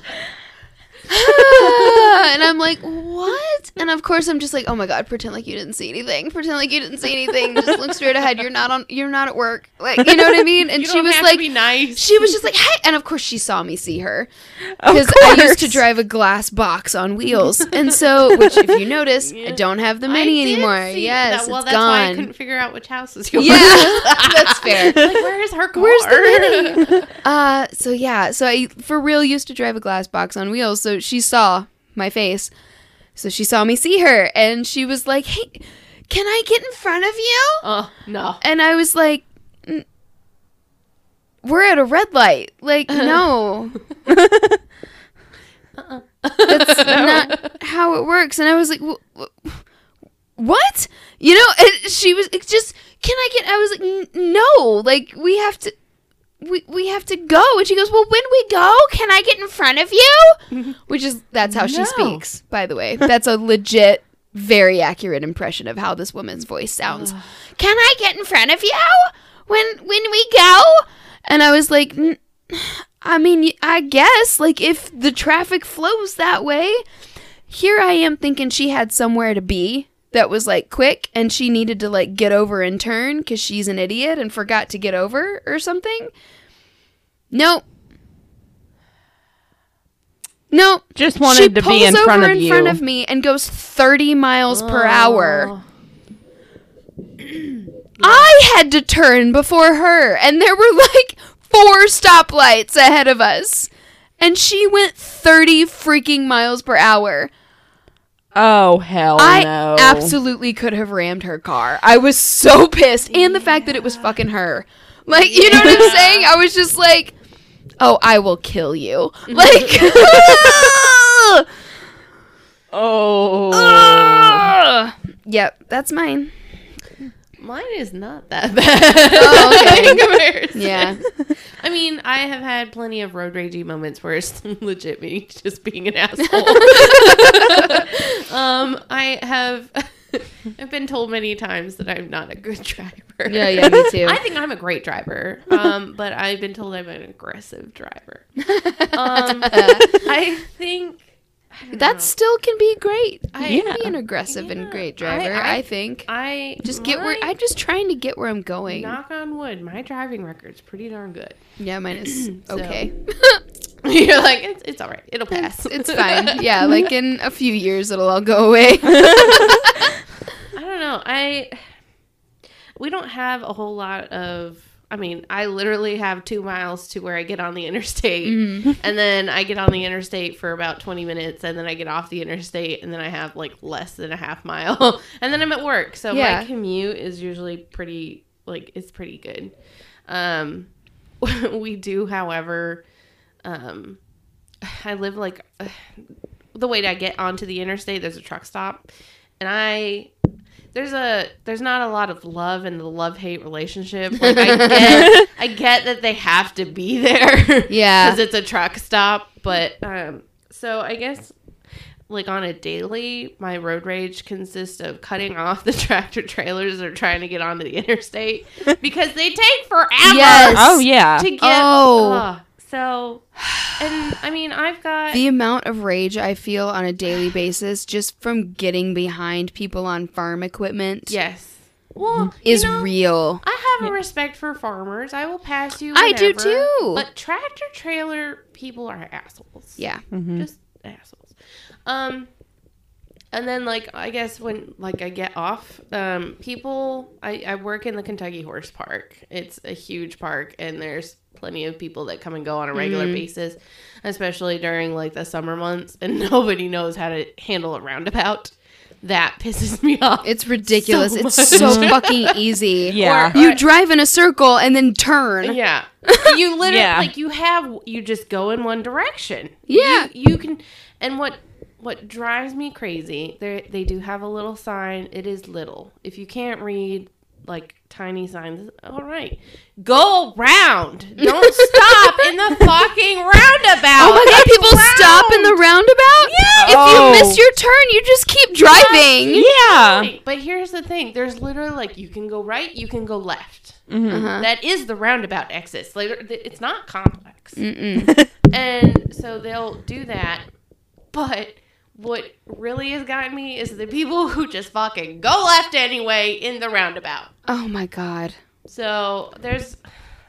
[SPEAKER 1] and I'm like, what? And of course, I'm just like, oh my god, pretend like you didn't see anything. Pretend like you didn't see anything. Just look straight ahead. You're not on. You're not at work. Like, you know what I mean? And
[SPEAKER 3] You
[SPEAKER 1] she
[SPEAKER 3] don't
[SPEAKER 1] was
[SPEAKER 3] have
[SPEAKER 1] like,
[SPEAKER 3] to be nice.
[SPEAKER 1] she was just like, hey. And of course, she saw me see her
[SPEAKER 2] Of
[SPEAKER 1] because I used to
[SPEAKER 2] course.
[SPEAKER 1] drive a glass box on wheels, and so which, if you notice, I don't have the mini
[SPEAKER 3] I did
[SPEAKER 1] anymore.
[SPEAKER 3] see
[SPEAKER 1] Yes,
[SPEAKER 3] that. Well,
[SPEAKER 1] it's
[SPEAKER 3] that's why I
[SPEAKER 1] gone.
[SPEAKER 3] couldn't figure out which house was yours.
[SPEAKER 1] yeah, that's fair.
[SPEAKER 3] like, where is her car?
[SPEAKER 1] Where's the mini? uh, so yeah, so I for real used to drive a glass box on wheels. So she saw my face, so she saw me see her, and she was like, "Hey, can I get in front of you?"
[SPEAKER 3] Oh no.
[SPEAKER 1] And I was like, "N- "We're at a red light. Like, no, that's not how it works." And I was like, "Wh- wh- "What? You know?" And she was it just, "Can I get?" I was like, "N- "No. Like, we have to." We, we have to go and she goes well when we go can i get in front of you which is that's how she
[SPEAKER 3] No.
[SPEAKER 1] speaks by the way that's a legit very accurate impression of how this woman's voice sounds can I get in front of you when when we go? And I was like, "N- I mean, y- I guess like if the traffic flows that way. Here I am thinking she had somewhere to be that was like quick and she needed to like get over and turn cuz she's an idiot and forgot to get over or something. Nope. Nope
[SPEAKER 2] Just wanted to be in front of
[SPEAKER 1] in
[SPEAKER 2] you.
[SPEAKER 1] front of me and goes 30 miles per hour. I had to turn before her, and there were like four stoplights ahead of us. And she went 30 freaking miles per hour.
[SPEAKER 2] oh hell
[SPEAKER 1] I
[SPEAKER 2] no!
[SPEAKER 1] absolutely could have rammed her car. I was so pissed. And the fact that it was fucking her. Like, you know what I'm saying? I was just like, oh, I will kill you. Like,
[SPEAKER 2] Oh.
[SPEAKER 1] yep, that's mine.
[SPEAKER 3] Mine is not that bad.
[SPEAKER 1] Oh, okay.
[SPEAKER 3] In comparison.
[SPEAKER 1] Yeah.
[SPEAKER 3] I mean, I have had plenty of road ragey moments where it's legit me just being an asshole. um, I have I've been told many times that I'm not a good driver.
[SPEAKER 1] Yeah, yeah, me too.
[SPEAKER 3] I think I'm a great driver, um, but I've been told I'm an aggressive driver. Um, I think I don't
[SPEAKER 1] that still can be great.
[SPEAKER 3] I-
[SPEAKER 1] you can
[SPEAKER 2] Yeah.
[SPEAKER 1] be an aggressive and
[SPEAKER 3] Yeah,
[SPEAKER 1] great
[SPEAKER 3] I-
[SPEAKER 1] driver, I,
[SPEAKER 3] I-
[SPEAKER 1] think.
[SPEAKER 3] know. I
[SPEAKER 1] just get where
[SPEAKER 3] my-
[SPEAKER 1] I'm just trying to get where I'm going.
[SPEAKER 3] knock on wood. My driving record's pretty darn good.
[SPEAKER 1] yeah, mine is
[SPEAKER 3] So-
[SPEAKER 1] okay.
[SPEAKER 3] You're like it's, it's all right. It'll pass.
[SPEAKER 1] it's, it's fine. Yeah, like in a few years it'll all go away.
[SPEAKER 3] I don't know. I we don't have a whole lot of. I mean, I literally have two miles to where I get on the interstate, and then I get on the interstate for about twenty minutes, and then I get off the interstate, and then I have like less than a half mile, and then I'm at work. So
[SPEAKER 1] Yeah.
[SPEAKER 3] my commute is usually pretty like it's pretty good. Um, we do, however, um, I live like the way that I get onto the interstate, there's a truck stop, and I there's a there's not a lot of love in the love hate relationship. Like I get I get that they have to be there,
[SPEAKER 1] Yeah.
[SPEAKER 3] because it's a truck stop. But um, so I guess like on a daily, my road rage consists of cutting off the tractor trailers that are trying to get onto the interstate because they take forever
[SPEAKER 1] Yes.
[SPEAKER 2] Oh yeah.
[SPEAKER 3] to get.
[SPEAKER 1] Oh.
[SPEAKER 3] Ugh. so, and I mean, I've got
[SPEAKER 1] the amount of rage I feel on a daily basis just from getting behind people on farm equipment
[SPEAKER 3] Yes. Well,
[SPEAKER 1] is
[SPEAKER 3] you know,
[SPEAKER 1] real.
[SPEAKER 3] I have a respect for farmers. I will pass you.
[SPEAKER 1] I do
[SPEAKER 3] whenever,
[SPEAKER 1] too.
[SPEAKER 3] But tractor trailer people are assholes.
[SPEAKER 1] Yeah.
[SPEAKER 2] Mm-hmm.
[SPEAKER 3] Just assholes. Um, and then like I guess when like I get off, um, people I I work in the Kentucky Horse Park. It's a huge park, and there's plenty of people that come and go on a regular basis, especially during like the summer months, and nobody knows how to handle a roundabout. That pisses me off.
[SPEAKER 1] It's ridiculous.
[SPEAKER 3] So
[SPEAKER 1] it's
[SPEAKER 3] much.
[SPEAKER 1] so fucking easy.
[SPEAKER 2] Yeah.
[SPEAKER 3] Or-
[SPEAKER 1] You drive in a circle and then turn.
[SPEAKER 3] Yeah. You literally
[SPEAKER 2] Yeah.
[SPEAKER 3] like you have you just go in one direction.
[SPEAKER 1] Yeah.
[SPEAKER 3] You, you can and what what drives me crazy, they they do have a little sign. It is little. If you can't read like tiny signs. All right, go round. Don't stop in the fucking roundabout.
[SPEAKER 1] Oh my god,
[SPEAKER 3] It's
[SPEAKER 1] people stop in the
[SPEAKER 3] round.
[SPEAKER 1] roundabout?
[SPEAKER 3] Yeah.
[SPEAKER 1] If
[SPEAKER 2] Oh.
[SPEAKER 1] you miss your turn, you just keep driving.
[SPEAKER 2] Yeah.
[SPEAKER 3] Right, But here's the thing: there's literally like you can go right, you can go left.
[SPEAKER 2] Mm-hmm.
[SPEAKER 1] Uh-huh.
[SPEAKER 3] That is the roundabout exits. Later, th- it's not complex.
[SPEAKER 1] Mm-mm.
[SPEAKER 3] And so they'll do that. But what really has gotten me is the people who just fucking go left anyway in the roundabout.
[SPEAKER 1] Oh my god.
[SPEAKER 3] So there's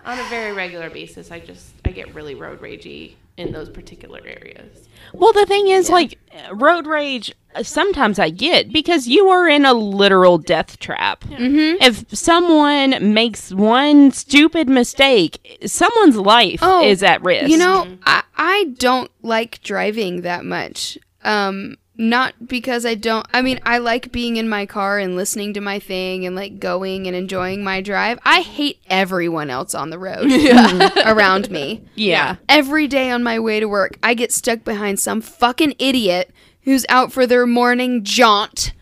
[SPEAKER 3] on a very regular basis, I just I get really road ragey in those particular areas.
[SPEAKER 2] Well, the thing is, like, road rage, uh, sometimes I get because you are in a literal death trap. Mm-hmm.
[SPEAKER 1] Mhm.
[SPEAKER 2] If someone makes one stupid mistake, someone's life
[SPEAKER 1] Oh,
[SPEAKER 2] is at risk.
[SPEAKER 1] You know, I, I don't like driving that much. Um, not because I don't, I mean, I like being in my car and listening to my thing and like going and enjoying my drive. I hate everyone else on the road around me.
[SPEAKER 2] Yeah.
[SPEAKER 1] Every day on my way to work, I get stuck behind some fucking idiot who's out for their morning jaunt.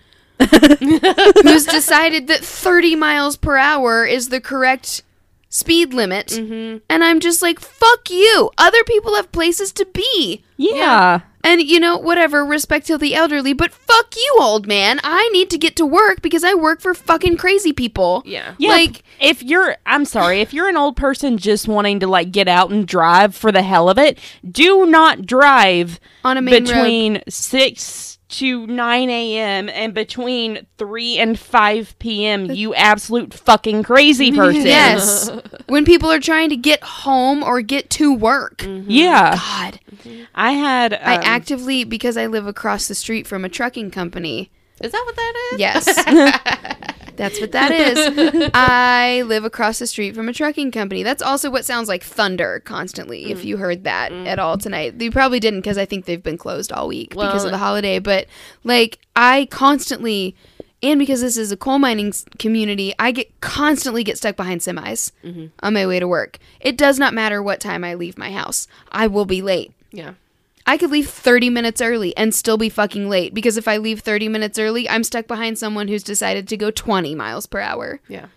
[SPEAKER 1] who's decided that 30 miles per hour is the correct speed limit.
[SPEAKER 3] Mm-hmm.
[SPEAKER 1] And I'm just like, fuck you. Other people have places to be.
[SPEAKER 2] Yeah.
[SPEAKER 1] And, you know, whatever, respect to the elderly, but fuck you, old man. I need to get to work because I work for fucking crazy people.
[SPEAKER 3] Yeah.
[SPEAKER 2] Yeah,
[SPEAKER 1] Like-
[SPEAKER 2] if you're, I'm sorry, if you're an old person just wanting to like get out and drive for the hell of it, do not drive
[SPEAKER 1] On a main road.
[SPEAKER 2] between 6 to 9 a.m. and between 3 and 5 p.m. You absolute fucking crazy person.
[SPEAKER 1] Yes. when people are trying to get home or get to work.
[SPEAKER 2] Mm. Yeah.
[SPEAKER 1] God.
[SPEAKER 2] I had.
[SPEAKER 1] I
[SPEAKER 2] um,
[SPEAKER 1] actively, because I live across the street from a trucking company.
[SPEAKER 3] Is that what that is?
[SPEAKER 1] Yes. That's what that is. I live across the street from a trucking company. That's also what sounds like thunder constantly, if you heard that at all tonight. You probably didn't because I think they've been closed all week because
[SPEAKER 3] Well-
[SPEAKER 1] of the holiday. But, like, I constantly, and because this is a coal mining s- community, I get constantly get stuck behind semis on my way to work. It does not matter what time I leave my house, I will be late.
[SPEAKER 3] Yeah.
[SPEAKER 1] I could leave 30 minutes early and still be fucking late because if I leave 30 minutes early, I'm stuck behind someone who's decided to go 20 miles per hour.
[SPEAKER 3] Yeah.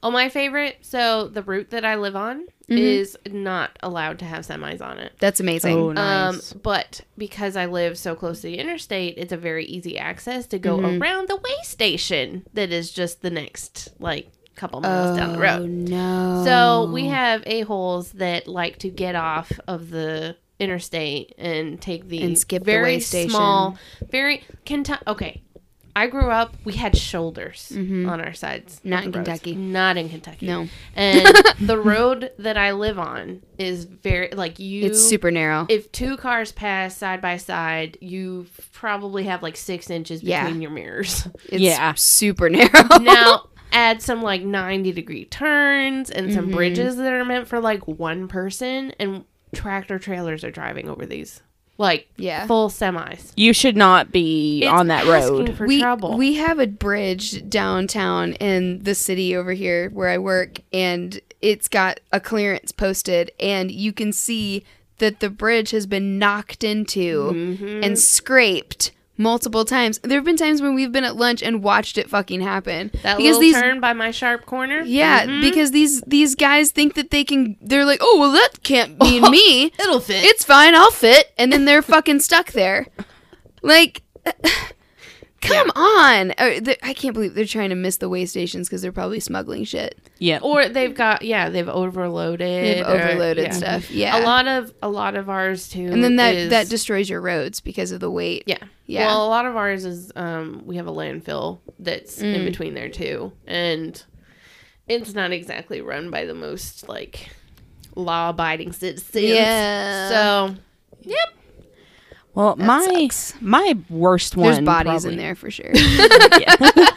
[SPEAKER 3] Oh, my favorite. So the route that I live on is not allowed to have semis on it.
[SPEAKER 1] That's amazing.
[SPEAKER 2] Oh, nice.
[SPEAKER 3] Um, but because I live so close to the interstate, it's a very easy access to go
[SPEAKER 1] Mm-hmm.
[SPEAKER 3] around the way station that is just the next like couple miles down the road.
[SPEAKER 1] Oh, no.
[SPEAKER 3] So we have a holes that like to get off of the interstate and take the
[SPEAKER 1] And skip the
[SPEAKER 3] very
[SPEAKER 1] way station.
[SPEAKER 3] small, very Kentucky. Okay, I grew up. We had shoulders on our sides.
[SPEAKER 1] Mm-hmm. Not
[SPEAKER 3] of
[SPEAKER 1] in
[SPEAKER 3] the roads.
[SPEAKER 1] Kentucky.
[SPEAKER 3] Not in Kentucky.
[SPEAKER 1] No.
[SPEAKER 3] And the road that I live on is very like you.
[SPEAKER 1] It's super narrow.
[SPEAKER 3] If two cars pass side by side, you probably have like six inches between
[SPEAKER 1] Yeah.
[SPEAKER 3] your mirrors
[SPEAKER 1] It's
[SPEAKER 2] Yeah.
[SPEAKER 1] super narrow.
[SPEAKER 3] now add some like 90 degree turns and
[SPEAKER 1] Mm-hmm.
[SPEAKER 3] some bridges that are meant for like one person and tractor trailers are driving over these like
[SPEAKER 1] Yeah.
[SPEAKER 3] full semis
[SPEAKER 2] you should not be
[SPEAKER 3] It's
[SPEAKER 2] on that
[SPEAKER 3] asking
[SPEAKER 2] road.
[SPEAKER 3] for
[SPEAKER 1] we,
[SPEAKER 3] trouble
[SPEAKER 1] we have a bridge downtown in the city over here where I work, and it's got a clearance posted, and you can see that the bridge has been knocked into
[SPEAKER 3] Mm-hmm.
[SPEAKER 1] and scraped multiple times. There have been times when we've been at lunch and watched it fucking happen
[SPEAKER 3] that little turn by my sharp corner
[SPEAKER 1] yeah,
[SPEAKER 3] Mm-hmm.
[SPEAKER 1] because these these guys think that they can. They're like, oh well, that can't mean me.
[SPEAKER 3] Oh, it'll fit
[SPEAKER 1] It's fine, I'll fit. And then they're fucking stuck there. Like, come on. Uh, th- I can't believe they're trying to miss the way stations because they're probably smuggling shit.
[SPEAKER 2] Yeah.
[SPEAKER 3] or they've got yeah they've overloaded
[SPEAKER 1] They've
[SPEAKER 3] or-
[SPEAKER 1] overloaded
[SPEAKER 3] yeah.
[SPEAKER 1] stuff. Yeah.
[SPEAKER 3] a lot of a lot of ours too
[SPEAKER 1] And then that,
[SPEAKER 3] is-
[SPEAKER 1] that destroys your roads because of the weight.
[SPEAKER 3] Yeah.
[SPEAKER 1] Yeah.
[SPEAKER 3] Well, a lot of ours is um we have a landfill that's
[SPEAKER 1] Mm.
[SPEAKER 3] in between there too. And it's not exactly run by the most like law abiding citizens.
[SPEAKER 1] Yeah.
[SPEAKER 3] So
[SPEAKER 2] well, my
[SPEAKER 1] sucks.
[SPEAKER 2] my worst one.
[SPEAKER 1] There's bodies
[SPEAKER 2] probably-
[SPEAKER 1] in there for sure.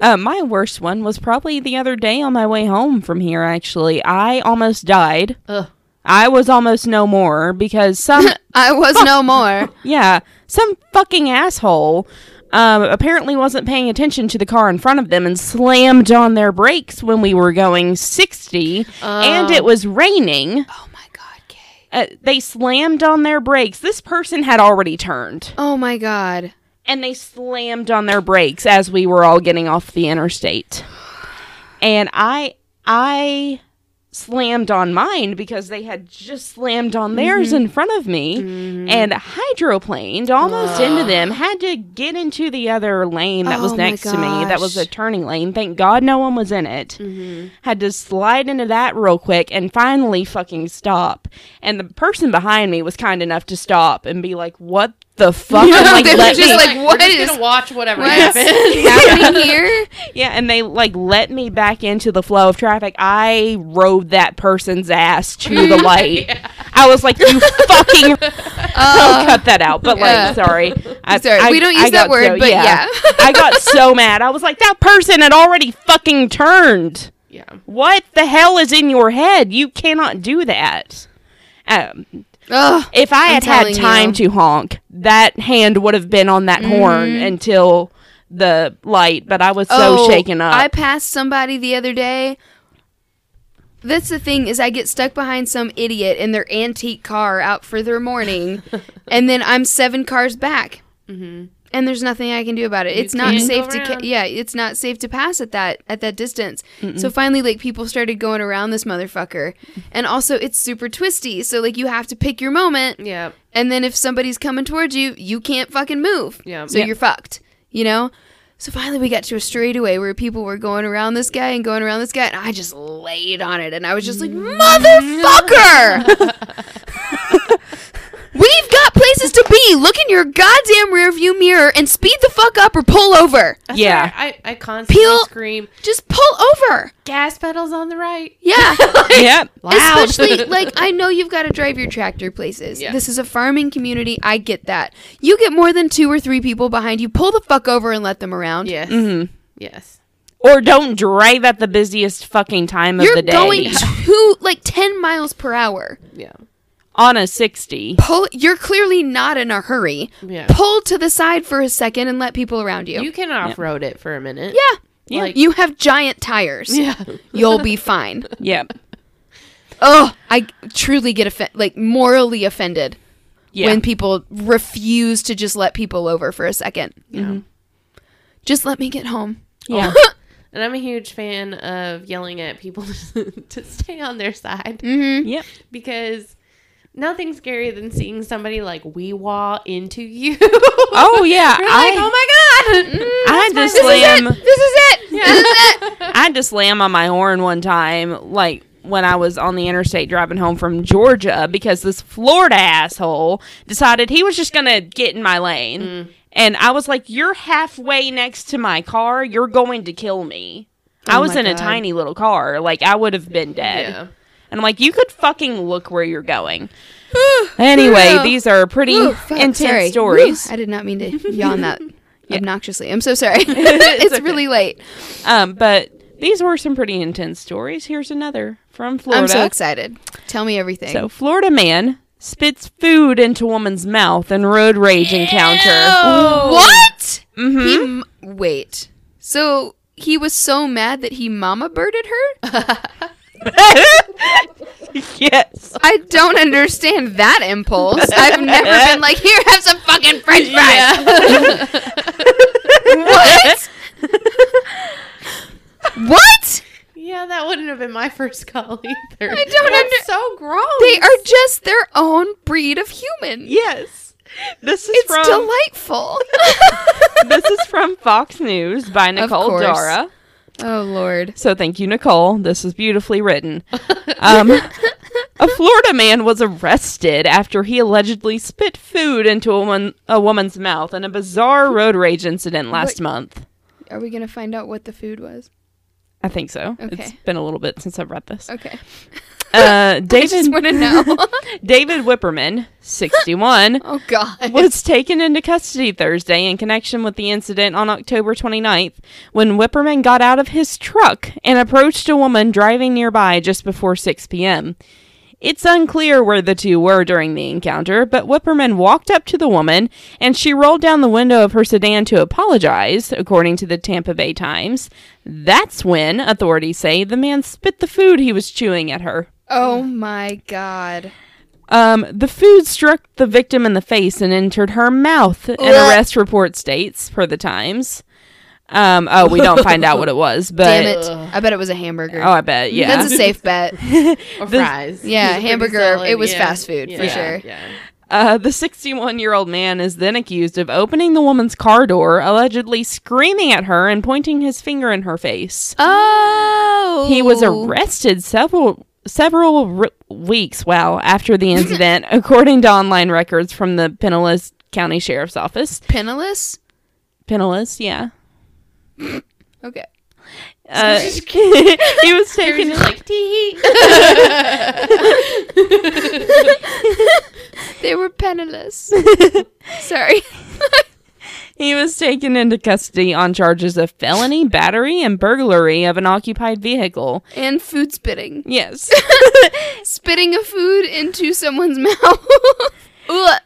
[SPEAKER 2] Uh, my worst one was probably the other day on my way home from here. Actually, I almost died.
[SPEAKER 3] ugh.
[SPEAKER 2] I was almost no more because some
[SPEAKER 1] I was no more.
[SPEAKER 2] yeah some fucking asshole um, apparently wasn't paying attention to the car in front of them and slammed on their brakes when we were going 60 and it was raining.
[SPEAKER 1] Oh my God, Kay.
[SPEAKER 2] Uh, they slammed on their brakes. This person had already turned
[SPEAKER 1] Oh my God.
[SPEAKER 2] and they slammed on their brakes as we were all getting off the interstate. and I I slammed on mine because they had just slammed on theirs
[SPEAKER 1] Mm-hmm.
[SPEAKER 2] in front of me and hydroplaned almost into them had to get into the other lane that was
[SPEAKER 1] Oh my
[SPEAKER 2] next to me that was a
[SPEAKER 1] gosh. Mm-hmm.
[SPEAKER 2] turning lane thank god no one was in it had to slide into that real quick and finally fucking stop and the person behind me was kind enough to stop and be like what the fuck And, like,
[SPEAKER 1] They were
[SPEAKER 2] let
[SPEAKER 1] just
[SPEAKER 2] me-
[SPEAKER 1] like, what
[SPEAKER 3] we're just
[SPEAKER 1] is-
[SPEAKER 3] gonna watch whatever
[SPEAKER 1] What's
[SPEAKER 3] happens.
[SPEAKER 1] happening here?
[SPEAKER 2] Yeah, and they like let me back into the flow of traffic. I rode that person's ass to the light. I was like, you fucking I'll
[SPEAKER 1] Uh,
[SPEAKER 2] cut that out. But
[SPEAKER 1] Yeah.
[SPEAKER 2] like, sorry, I,
[SPEAKER 1] Sorry, we don't use that
[SPEAKER 2] got
[SPEAKER 1] word, but yeah.
[SPEAKER 2] I got so mad. I was like, that person had already fucking turned.
[SPEAKER 3] Yeah.
[SPEAKER 2] What the hell is in your head? You cannot do that. Um,
[SPEAKER 1] ugh.
[SPEAKER 2] if I
[SPEAKER 1] I'm
[SPEAKER 2] had had
[SPEAKER 1] telling
[SPEAKER 2] time
[SPEAKER 1] you.
[SPEAKER 2] to honk, that hand would have been on that horn until the light. But I was so
[SPEAKER 1] Mm-hmm. Oh,
[SPEAKER 2] shaken up.
[SPEAKER 1] I passed somebody the other day. That's the thing is I get stuck behind some idiot in their antique car out for their morning, and then I'm seven cars back, and there's nothing I can do about it. it's not
[SPEAKER 3] Mm-hmm. can't
[SPEAKER 1] safe
[SPEAKER 3] go
[SPEAKER 1] to ca-
[SPEAKER 3] around.
[SPEAKER 1] yeah, it's not safe to pass at that at that distance. So finally, like people started going around this motherfucker, and also it's super twisty. So like you have to pick your moment,
[SPEAKER 3] Yeah.
[SPEAKER 1] and then if somebody's coming towards you, you can't fucking move.
[SPEAKER 3] Yeah.
[SPEAKER 1] So
[SPEAKER 3] Yeah.
[SPEAKER 1] you're fucked. You know? So finally we got to a straightaway where people were going around this guy and going around this guy and I just laid on it and I was just like, Motherfucker We've got places to be. Look in your goddamn rearview mirror and speed the fuck up or pull over.
[SPEAKER 3] That's
[SPEAKER 2] Yeah.
[SPEAKER 3] why I, I constantly
[SPEAKER 1] Peel-
[SPEAKER 3] scream
[SPEAKER 1] Just pull over.
[SPEAKER 3] gas pedals on the right.
[SPEAKER 1] Yeah.
[SPEAKER 2] yep.
[SPEAKER 3] Loud.
[SPEAKER 1] Especially like I know you've got to drive your tractor places.
[SPEAKER 3] Yeah.
[SPEAKER 1] This is a farming community. I get that. You get more than two or three people behind you, pull the fuck over and let them around.
[SPEAKER 3] Yes.
[SPEAKER 1] Mm-hmm.
[SPEAKER 3] Yes.
[SPEAKER 2] Or don't drive at the busiest fucking time of
[SPEAKER 1] You're
[SPEAKER 2] the day
[SPEAKER 1] going to like ten miles per hour.
[SPEAKER 3] Yeah.
[SPEAKER 2] on a 60.
[SPEAKER 1] Pull. You're clearly not in a hurry.
[SPEAKER 3] Yeah.
[SPEAKER 1] Pull to the side for a second and let people around you.
[SPEAKER 3] You can off road it for a minute.
[SPEAKER 1] yeah.
[SPEAKER 3] Yeah.
[SPEAKER 1] Like, you have giant tires.
[SPEAKER 3] Yeah.
[SPEAKER 1] You'll be fine.
[SPEAKER 2] Yep.
[SPEAKER 1] Oh, I truly get offended, like morally offended
[SPEAKER 2] Yeah.
[SPEAKER 1] when people refuse to just let people over for a second. Mm-hmm.
[SPEAKER 3] Yeah.
[SPEAKER 1] Just let me get home.
[SPEAKER 2] yeah.
[SPEAKER 3] And I'm a huge fan of yelling at people to stay on their side
[SPEAKER 1] Mm-hmm.
[SPEAKER 2] yep.
[SPEAKER 3] because nothing's scarier than seeing somebody like wee wah into you.
[SPEAKER 2] Oh yeah.
[SPEAKER 3] You're
[SPEAKER 2] I
[SPEAKER 3] like, oh my god.
[SPEAKER 2] I had to
[SPEAKER 1] Mm-hmm. This is
[SPEAKER 2] slam
[SPEAKER 1] it. This is it. This is it.
[SPEAKER 2] I had to slam on my horn one time like when I was on the interstate driving home from Georgia because this Florida asshole decided he was just going to get in my lane.
[SPEAKER 3] Mm.
[SPEAKER 2] And I was like, "You're halfway next to my car. You're going to kill me." I
[SPEAKER 3] Oh
[SPEAKER 2] was
[SPEAKER 3] my
[SPEAKER 2] in a
[SPEAKER 3] God.
[SPEAKER 2] tiny little car. Like I would have been dead.
[SPEAKER 3] Yeah.
[SPEAKER 2] And I'm like, you could fucking look where you're going. anyway,
[SPEAKER 1] Girl.
[SPEAKER 2] these are pretty
[SPEAKER 1] Ooh, fuck,
[SPEAKER 2] intense
[SPEAKER 1] sorry.
[SPEAKER 2] stories.
[SPEAKER 1] Woo, I did not mean to yawn that obnoxiously. I'm so sorry. it's really late.
[SPEAKER 2] Um, but these were some pretty intense stories. Here's another from Florida.
[SPEAKER 1] I'm so excited. Tell me everything.
[SPEAKER 2] So, Florida man spits food into woman's mouth in road rage encounter.
[SPEAKER 1] What? Oh! He
[SPEAKER 2] hmm
[SPEAKER 1] m- wait. So he was so mad that he mama birded her?
[SPEAKER 2] yes.
[SPEAKER 1] I don't understand that impulse. I've never been like, here, have some fucking french fries. what? what?
[SPEAKER 3] Yeah, that wouldn't have been my first call either.
[SPEAKER 1] I don't
[SPEAKER 3] That's
[SPEAKER 1] under-
[SPEAKER 3] so gross.
[SPEAKER 1] They are just their own breed of human.
[SPEAKER 2] Yes. This is
[SPEAKER 1] It's
[SPEAKER 2] from
[SPEAKER 1] delightful.
[SPEAKER 2] this is from Fox News by Nicole
[SPEAKER 1] course.
[SPEAKER 2] Dara.
[SPEAKER 1] oh, Lord.
[SPEAKER 2] So thank you, Nicole. This is beautifully written. Um, a Florida man was arrested after he allegedly spit food into a, woman, a woman's mouth in a bizarre road rage incident last
[SPEAKER 1] What-
[SPEAKER 2] month.
[SPEAKER 1] Are we going to find out what the food was?
[SPEAKER 2] I think so. It's
[SPEAKER 1] Okay.
[SPEAKER 2] been a little bit since I've read this.
[SPEAKER 1] Okay.
[SPEAKER 2] Uh,
[SPEAKER 1] I just
[SPEAKER 2] David
[SPEAKER 1] want to know.
[SPEAKER 2] David Whipperman, 61,
[SPEAKER 1] oh, God.
[SPEAKER 2] was taken into custody Thursday in connection with the incident on October 29th when Whipperman got out of his truck and approached a woman driving nearby just before 6 p.m. It's unclear where the two were during the encounter, but Whipperman walked up to the woman and she rolled down the window of her sedan to apologize, according to the Tampa Bay Times. That's when, authorities say, the man spit the food he was chewing at her.
[SPEAKER 1] Oh, my God.
[SPEAKER 2] Um, the food struck the victim in the face and entered her mouth, an
[SPEAKER 1] Blech.
[SPEAKER 2] arrest report states, per the Times. Um, oh, we don't find out what it was, but uh,
[SPEAKER 1] Damn it. I bet it was a hamburger.
[SPEAKER 2] oh, I bet yeah.
[SPEAKER 1] That's a safe bet.
[SPEAKER 3] Or
[SPEAKER 2] The-
[SPEAKER 1] yeah,
[SPEAKER 3] fries. It was a pretty
[SPEAKER 1] hamburger,
[SPEAKER 3] solid-
[SPEAKER 1] it was fast food, for
[SPEAKER 2] sure.
[SPEAKER 3] Yeah.
[SPEAKER 2] Uh, the 61 year old man is then accused of opening the woman's car door, allegedly screaming at her and pointing his finger in her face.
[SPEAKER 1] Oh.
[SPEAKER 2] He was arrested several several r- weeks, wow, after the incident, according to online records from the Pinellas County Sheriff's Office.
[SPEAKER 1] Penniless?
[SPEAKER 2] Pinellas, yeah.
[SPEAKER 1] Okay.
[SPEAKER 2] Uh, he was taken.
[SPEAKER 3] Just like tee.
[SPEAKER 1] They were penniless. Sorry.
[SPEAKER 2] He was taken into custody on charges of felony, battery, and burglary of an occupied vehicle.
[SPEAKER 1] and food spitting.
[SPEAKER 2] Yes.
[SPEAKER 1] Spitting of food into someone's mouth. Ugh.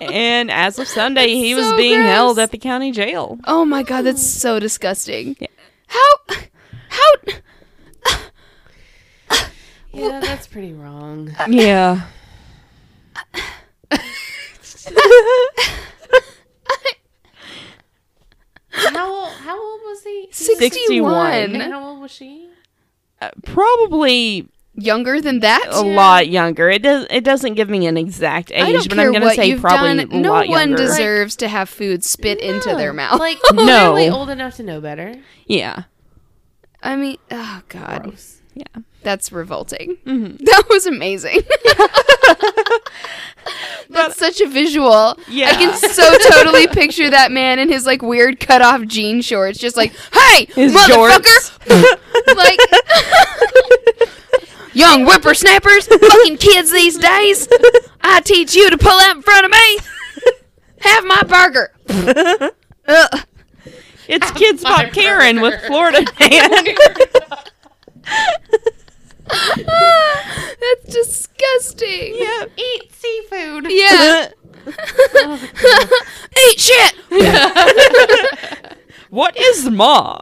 [SPEAKER 2] and as of Sunday, he
[SPEAKER 1] That's
[SPEAKER 2] was
[SPEAKER 1] so
[SPEAKER 2] being
[SPEAKER 1] gross.
[SPEAKER 2] held at the county jail.
[SPEAKER 1] oh my god, that's so disgusting. How how
[SPEAKER 3] yeah, that's pretty wrong.
[SPEAKER 2] Yeah.
[SPEAKER 3] How old, how old was he? He was-
[SPEAKER 2] 61.
[SPEAKER 3] And how old was she?
[SPEAKER 2] Uh, Probably
[SPEAKER 1] Younger than that?
[SPEAKER 2] a lot younger. It does. It doesn't give me an exact age,
[SPEAKER 1] I don't
[SPEAKER 2] but
[SPEAKER 1] care
[SPEAKER 2] I'm gonna
[SPEAKER 1] what
[SPEAKER 2] say
[SPEAKER 1] you've
[SPEAKER 2] probably
[SPEAKER 1] done.
[SPEAKER 2] a
[SPEAKER 1] No
[SPEAKER 2] lot
[SPEAKER 1] one
[SPEAKER 2] younger.
[SPEAKER 1] deserves to have food spit into their mouth.
[SPEAKER 3] Like
[SPEAKER 2] No.
[SPEAKER 3] clearly old enough to know better.
[SPEAKER 2] yeah.
[SPEAKER 1] I mean, oh god, Mm-hmm.
[SPEAKER 3] Gross.
[SPEAKER 2] Yeah.
[SPEAKER 1] that's revolting. That was amazing. That's such a visual. I
[SPEAKER 2] Yeah.
[SPEAKER 1] can so totally picture that man in his like weird cut off jean shorts, just like, "Hey,
[SPEAKER 2] His
[SPEAKER 1] motherfucker!"
[SPEAKER 2] jorts.
[SPEAKER 1] like young whippersnappers, fucking kids these days. I teach you to pull out in front of me. Have my burger. Ugh.
[SPEAKER 2] it's Kids Pop Karen with Florida Man.
[SPEAKER 1] Ah, That's disgusting.
[SPEAKER 2] yeah.
[SPEAKER 3] Eat seafood.
[SPEAKER 1] Yeah. Eat shit.
[SPEAKER 2] What is ma?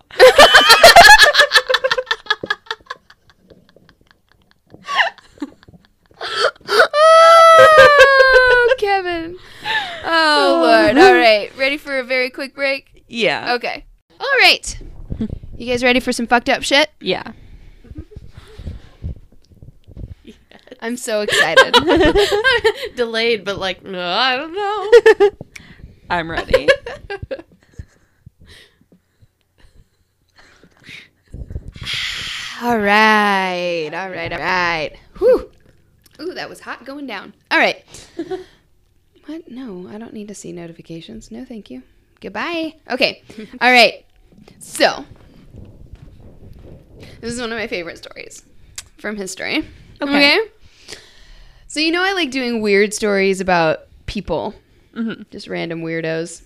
[SPEAKER 1] oh, Kevin. Oh, Lord. All right. Ready for a very quick break?
[SPEAKER 2] Yeah.
[SPEAKER 1] Okay. All right. You guys ready for some fucked up shit?
[SPEAKER 2] Yeah.
[SPEAKER 1] I'm so excited.
[SPEAKER 3] Delayed, but like, no, I don't know.
[SPEAKER 2] I'm ready.
[SPEAKER 1] all right. All right. All right. Whew. Ooh, that was hot going down. All right. What? No, I don't need to see notifications. No, thank you. Goodbye. Okay. All right. So, this is one of my favorite stories from history. Okay. So, you know, I like doing weird stories about people, just random weirdos.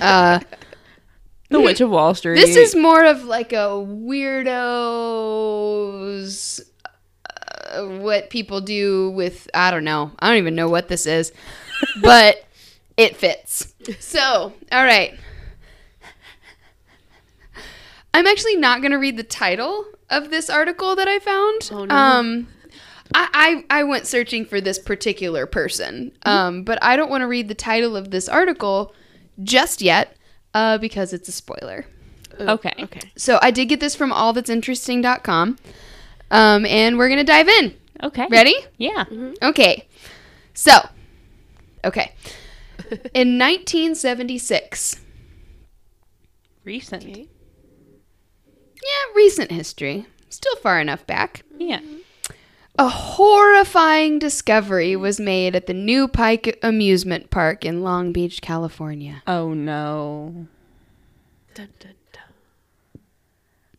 [SPEAKER 1] uh,
[SPEAKER 2] The Witch of Wall Street.
[SPEAKER 1] this is more of like a weirdos. Uh, what people do with I don't know. I don't even know what this is, but it fits. So, all right. I'm actually not going to read the title of this article that I found.
[SPEAKER 3] Oh, no.
[SPEAKER 1] Um I, I, I went searching for this particular person,
[SPEAKER 3] Mm-hmm.
[SPEAKER 1] um, but I don't want to read the title of this article just yet uh, because it's a spoiler.
[SPEAKER 2] Oh, okay.
[SPEAKER 3] Okay.
[SPEAKER 1] So I did get this from allthat'sinteresting.com. Um, and we're going to dive in.
[SPEAKER 2] Okay.
[SPEAKER 1] Ready?
[SPEAKER 2] Yeah.
[SPEAKER 1] Okay. So, okay. In 1976,
[SPEAKER 2] Recent.
[SPEAKER 3] Okay.
[SPEAKER 1] yeah, recent history, still far enough back,
[SPEAKER 2] Yeah.
[SPEAKER 1] a horrifying discovery was made at the New Pike Amusement Park in Long Beach, California.
[SPEAKER 2] Oh no.
[SPEAKER 3] Dun, dun, dun.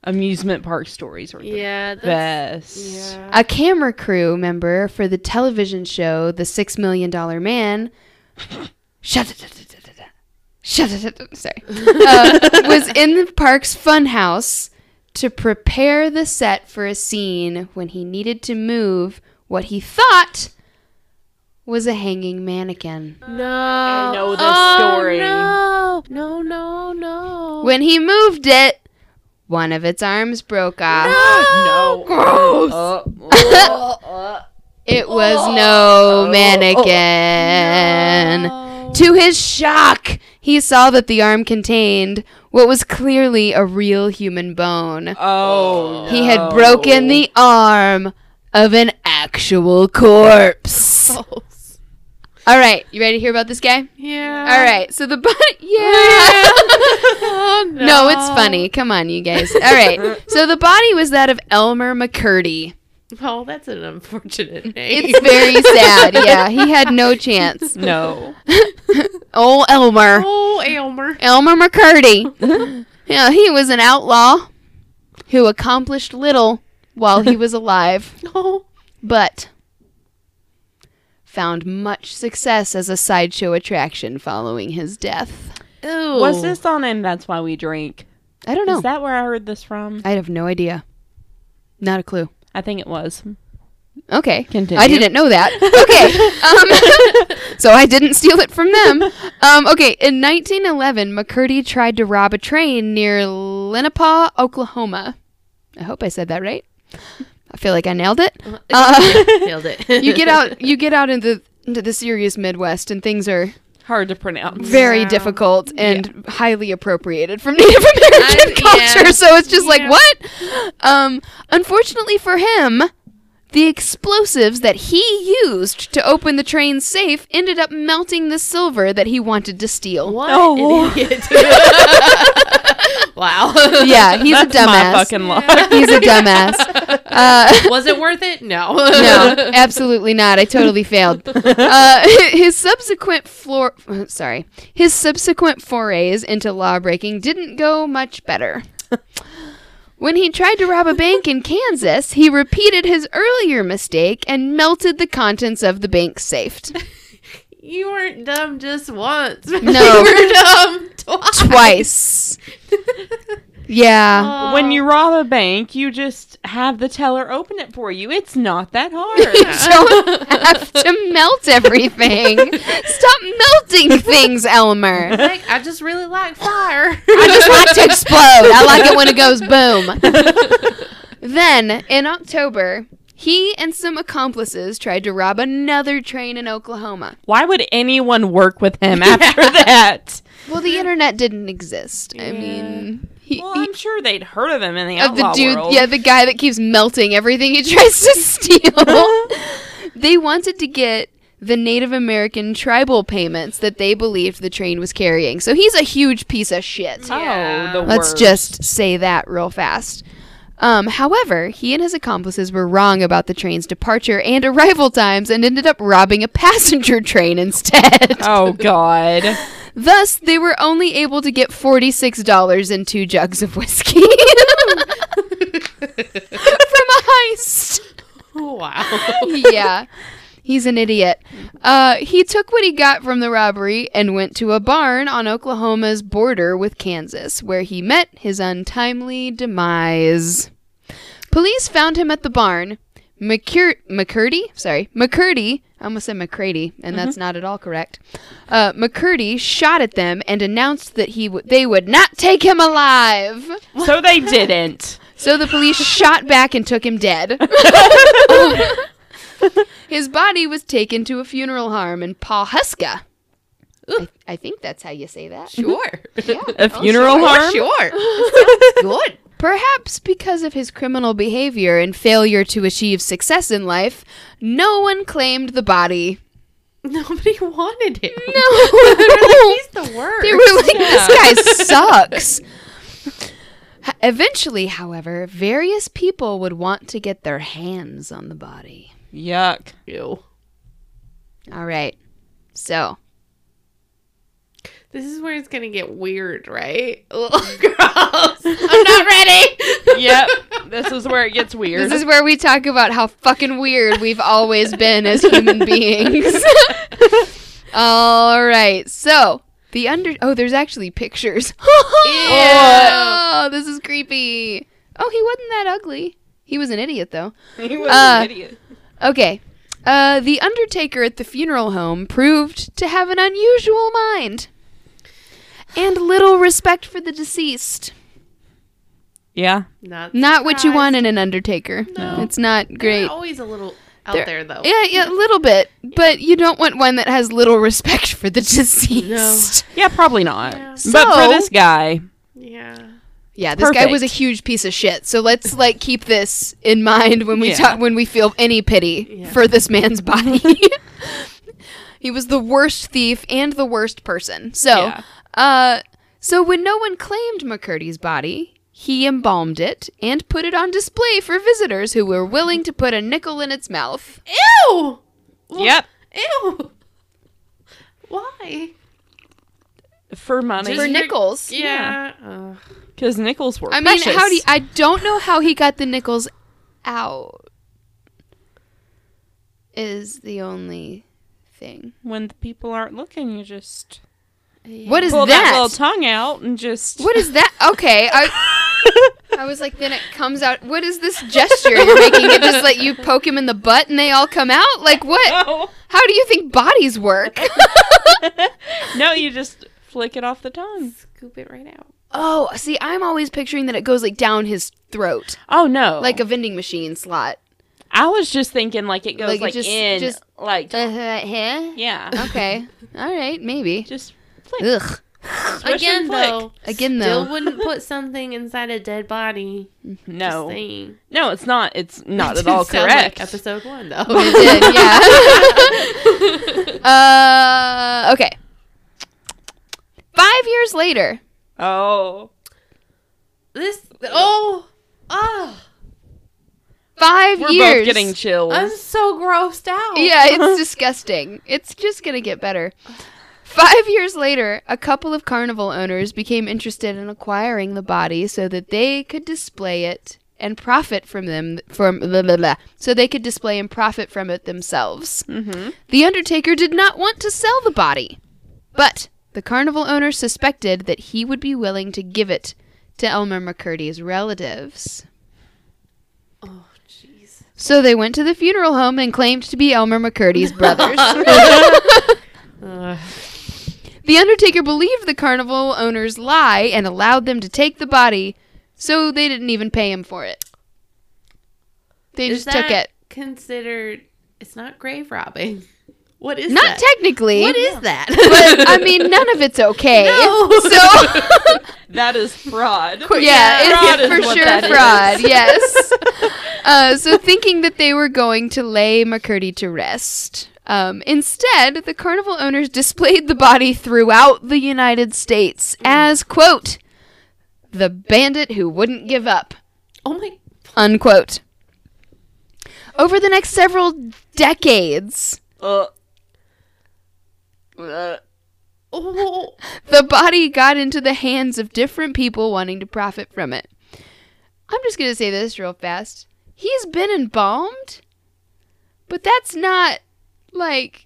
[SPEAKER 2] Amusement park stories are the
[SPEAKER 3] Yeah. That's,
[SPEAKER 2] best.
[SPEAKER 3] yeah.
[SPEAKER 1] A camera crew member for the television show The Six Million Dollar Man. Shut it. Shut it. Sorry. Uh, was in the park's funhouse to prepare the set for a scene when he needed to move what he thought was a hanging mannequin.
[SPEAKER 3] No. I
[SPEAKER 2] know this story.
[SPEAKER 3] No. No. No. No.
[SPEAKER 1] When he moved it, one of its arms broke off.
[SPEAKER 2] No.
[SPEAKER 1] Gross.
[SPEAKER 2] Uh,
[SPEAKER 1] It was no mannequin. To his shock, he saw that the arm contained what was clearly a real human bone.
[SPEAKER 2] Oh,
[SPEAKER 1] He had broken the arm of an actual corpse. All right, you ready to hear about this guy?
[SPEAKER 3] Yeah.
[SPEAKER 1] All right, so the body. Yeah.
[SPEAKER 3] Oh, no.
[SPEAKER 1] No, it's funny. Come on, you guys. All right. So the body was that of Elmer McCurdy.
[SPEAKER 3] Oh, that's an unfortunate name.
[SPEAKER 1] It's very sad. Yeah, he had no chance.
[SPEAKER 2] no.
[SPEAKER 1] Oh, Elmer.
[SPEAKER 3] Oh, Aylmer.
[SPEAKER 1] Elmer McCurdy. yeah, he was an outlaw who accomplished little while he was alive,
[SPEAKER 3] Oh.
[SPEAKER 1] but found much success as a sideshow attraction following his death.
[SPEAKER 3] Ew.
[SPEAKER 2] Was this on and that's why we drink?
[SPEAKER 1] I don't know.
[SPEAKER 2] Is that where I heard this from?
[SPEAKER 1] I have no idea. Not a clue.
[SPEAKER 2] I think it was.
[SPEAKER 1] Okay.
[SPEAKER 2] Continue.
[SPEAKER 1] I didn't know that. Okay. Um, so I didn't steal it from them. Um, okay. In 1911, McCurdy tried to rob a train near Lenapaw, Oklahoma. I hope I said that right. I feel like I nailed it. Uh,
[SPEAKER 3] Nailed it.
[SPEAKER 1] you get out. You get out into into the serious Midwest, and things are
[SPEAKER 2] Hard to pronounce.
[SPEAKER 1] very
[SPEAKER 3] Yeah.
[SPEAKER 1] difficult and highly appropriated from Native American
[SPEAKER 3] I- yeah.
[SPEAKER 1] culture. So it's just like
[SPEAKER 3] Yeah.
[SPEAKER 1] what? Um, unfortunately for him, the explosives that he used to open the train's safe ended up melting the silver that he wanted to steal.
[SPEAKER 3] What
[SPEAKER 2] Oh.
[SPEAKER 3] an idiot. wow.
[SPEAKER 1] Yeah, he's a
[SPEAKER 2] That's my
[SPEAKER 1] dumbass.
[SPEAKER 2] fucking luck.
[SPEAKER 1] He's a dumbass. Uh,
[SPEAKER 3] Was it worth it? No.
[SPEAKER 1] no, absolutely not. I totally failed. Uh, his subsequent floor, sorry, his subsequent forays into lawbreaking didn't go much better. When he tried to rob a bank in Kansas, he repeated his earlier mistake and melted the contents of the bank safe
[SPEAKER 3] You weren't dumb just once.
[SPEAKER 1] No.
[SPEAKER 3] you were dumb twice.
[SPEAKER 1] twice. Yeah.
[SPEAKER 3] Oh.
[SPEAKER 2] When you rob a bank, you just have the teller open it for you. It's not that
[SPEAKER 3] Oh,
[SPEAKER 2] hard.
[SPEAKER 1] You don't have to melt everything. Stop melting things, Elmer.
[SPEAKER 3] like, I just really like fire.
[SPEAKER 1] I just like to explode. I like it when it goes boom. then, in October, he and some accomplices tried to rob another train in Oklahoma.
[SPEAKER 2] Why would anyone work with him after that?
[SPEAKER 1] Well, the internet didn't exist. I mean, he,
[SPEAKER 2] Well,
[SPEAKER 1] he-
[SPEAKER 2] I'm sure they'd heard of him in the
[SPEAKER 1] of the
[SPEAKER 2] outlaw
[SPEAKER 1] dude,
[SPEAKER 2] world.
[SPEAKER 1] yeah, the guy that keeps melting everything he tries to steal. they wanted to get the Native American tribal payments that they believed the train was carrying. So he's a huge piece of shit.
[SPEAKER 3] Yeah.
[SPEAKER 2] Oh, the
[SPEAKER 1] Let's
[SPEAKER 2] worst.
[SPEAKER 1] just say that real fast. Um, however, he and his accomplices were wrong about the train's departure and arrival times and ended up robbing a passenger train instead.
[SPEAKER 2] Oh God.
[SPEAKER 1] Thus, they were only able to get $46 and two jugs of whiskey from a heist.
[SPEAKER 3] wow.
[SPEAKER 1] Yeah. He's an idiot. Uh, he took what he got from the robbery and went to a barn on Oklahoma's border with Kansas, where he met his untimely demise. Police found him at the barn. McCur- McCurdy, sorry, McCurdy, I almost said McCrady, and that's not at all correct. Uh, McCurdy shot at them and announced that he w- they would not take him alive.
[SPEAKER 2] So they didn't.
[SPEAKER 1] So the police shot back and took him dead. His body was taken to a funeral home in Pawhuska. I, I think that's how you say that.
[SPEAKER 3] Sure.
[SPEAKER 1] Yeah.
[SPEAKER 2] A funeral harm.
[SPEAKER 3] Sure. Good.
[SPEAKER 1] Perhaps because of his criminal behavior and failure to achieve success in life, no one claimed the body.
[SPEAKER 3] Nobody wanted him.
[SPEAKER 1] No.
[SPEAKER 3] He's the worst.
[SPEAKER 1] They were like, this guy sucks. H- Eventually, however, various people would want to get their hands on the body.
[SPEAKER 2] Yuck.
[SPEAKER 3] Ew.
[SPEAKER 1] All right. So,
[SPEAKER 3] This is where it's gonna get weird, right? Ugh, Gross. I'm not ready.
[SPEAKER 2] Yep. This is where it gets weird.
[SPEAKER 1] this is where we talk about how fucking weird we've always been as human beings. All right. So, the under Oh, there's actually pictures. oh, this is creepy. Oh, he wasn't that ugly. He was an idiot though.
[SPEAKER 2] he was
[SPEAKER 1] uh,
[SPEAKER 2] idiot.
[SPEAKER 1] Okay. Uh, the undertaker at the funeral home proved to have an unusual mind and little respect for the deceased.
[SPEAKER 2] Yeah.
[SPEAKER 3] Not
[SPEAKER 1] Not what you
[SPEAKER 3] surprised.
[SPEAKER 1] want in an undertaker.
[SPEAKER 2] No.
[SPEAKER 1] It's not
[SPEAKER 3] They're
[SPEAKER 1] great.
[SPEAKER 3] Always a little. out
[SPEAKER 1] There-
[SPEAKER 3] there, though.
[SPEAKER 1] Yeah, yeah, a little bit, but you don't want one that has little respect for the deceased.
[SPEAKER 2] Yeah, probably not.
[SPEAKER 3] Yeah.
[SPEAKER 2] but for
[SPEAKER 1] So-
[SPEAKER 2] this guy,
[SPEAKER 3] yeah.
[SPEAKER 1] Yeah, this guy was a
[SPEAKER 2] Perfect.
[SPEAKER 1] huge piece of shit. So let's like keep this in mind when we
[SPEAKER 2] Yeah.
[SPEAKER 1] talk when we feel any pity
[SPEAKER 3] Yeah.
[SPEAKER 1] for this man's body. he was the worst thief and the worst person. So,
[SPEAKER 2] Yeah.
[SPEAKER 1] uh so when no one claimed McCurdy's body, he embalmed it and put it on display for visitors who were willing to put a nickel in its mouth.
[SPEAKER 3] Ew.
[SPEAKER 2] yep,
[SPEAKER 3] Ew. Why?
[SPEAKER 2] for money.
[SPEAKER 1] For
[SPEAKER 3] Just-
[SPEAKER 1] nickels.
[SPEAKER 3] Yeah. Ugh.
[SPEAKER 2] Because nickels were
[SPEAKER 1] I mean,
[SPEAKER 2] precious.
[SPEAKER 1] how do you, I don't know how he got the nickels out. Is the only thing.
[SPEAKER 2] when the people aren't looking, you just
[SPEAKER 1] What is
[SPEAKER 2] pull
[SPEAKER 1] that?
[SPEAKER 2] that little tongue out and just
[SPEAKER 1] what is that? Okay, I I was like, then it comes out. What is this gesture you're making? It just like you poke him in the butt and they all come out. Like what?
[SPEAKER 2] no.
[SPEAKER 1] How do you think bodies work?
[SPEAKER 2] no, you just flick it off the tongue.
[SPEAKER 3] Scoop it right out.
[SPEAKER 1] oh, see, I'm always picturing that it goes like down his throat,
[SPEAKER 2] Oh no!
[SPEAKER 1] like a vending machine slot.
[SPEAKER 2] I was just thinking, like it goes
[SPEAKER 1] Like,
[SPEAKER 2] like,
[SPEAKER 1] it just-
[SPEAKER 2] in,
[SPEAKER 1] just- Uh-huh.
[SPEAKER 2] like
[SPEAKER 1] huh?
[SPEAKER 2] yeah,
[SPEAKER 1] Okay. All right. Maybe.
[SPEAKER 2] just flick.
[SPEAKER 1] Ugh.
[SPEAKER 3] Again, though.
[SPEAKER 1] Again, though.
[SPEAKER 3] Still wouldn't put something inside a dead body. Just
[SPEAKER 2] No,
[SPEAKER 3] saying.
[SPEAKER 2] no, it's not. It's not
[SPEAKER 3] It
[SPEAKER 2] at all
[SPEAKER 3] did sound like
[SPEAKER 2] correct.
[SPEAKER 3] episode
[SPEAKER 1] It
[SPEAKER 3] one, though.
[SPEAKER 1] did, yeah. uh, okay. Five years later,
[SPEAKER 2] oh,
[SPEAKER 3] this. Oh. Oh.
[SPEAKER 1] 5
[SPEAKER 2] we're
[SPEAKER 1] years.
[SPEAKER 2] both getting chills.
[SPEAKER 3] I'm so grossed out.
[SPEAKER 1] yeah, it's disgusting. It's just gonna get better. Five years later, a couple of carnival owners became interested in acquiring the body so that they could display it and profit from them from blah, blah, blah, so they could display and profit from it themselves.
[SPEAKER 2] mm-hmm.
[SPEAKER 1] The Undertaker did not want to sell the body, but the carnival owner suspected that he would be willing to give it to Elmer McCurdy's relatives.
[SPEAKER 3] Oh, jeez.
[SPEAKER 1] So they went to the funeral home and claimed to be Elmer McCurdy's brothers.
[SPEAKER 3] Ugh.
[SPEAKER 1] the Undertaker believed the carnival owner's lie and allowed them to take the body, so they didn't even pay him for it. They
[SPEAKER 3] Is
[SPEAKER 1] just took
[SPEAKER 3] that
[SPEAKER 1] it.
[SPEAKER 3] Considered. It's not grave robbing. What is
[SPEAKER 1] Not
[SPEAKER 3] that?
[SPEAKER 1] technically.
[SPEAKER 3] What is that?
[SPEAKER 1] but I mean, none of it's okay.
[SPEAKER 3] No.
[SPEAKER 1] So
[SPEAKER 2] That is fraud.
[SPEAKER 1] yeah,
[SPEAKER 2] fraud
[SPEAKER 1] it's
[SPEAKER 2] is
[SPEAKER 1] for
[SPEAKER 2] what
[SPEAKER 1] sure
[SPEAKER 2] that is.
[SPEAKER 1] fraud. Yes. Uh, so thinking that they were going to lay McCurdy to rest, um, instead the carnival owners displayed the body throughout the United States
[SPEAKER 2] Mm.
[SPEAKER 1] as quote the bandit who wouldn't give up
[SPEAKER 3] oh my.
[SPEAKER 1] unquote. Over the next several decades,
[SPEAKER 2] Uh, uh,
[SPEAKER 3] Oh.
[SPEAKER 1] the body got into the hands of different people wanting to profit from it. I'm just going to say this real fast. He's been embalmed, but that's not like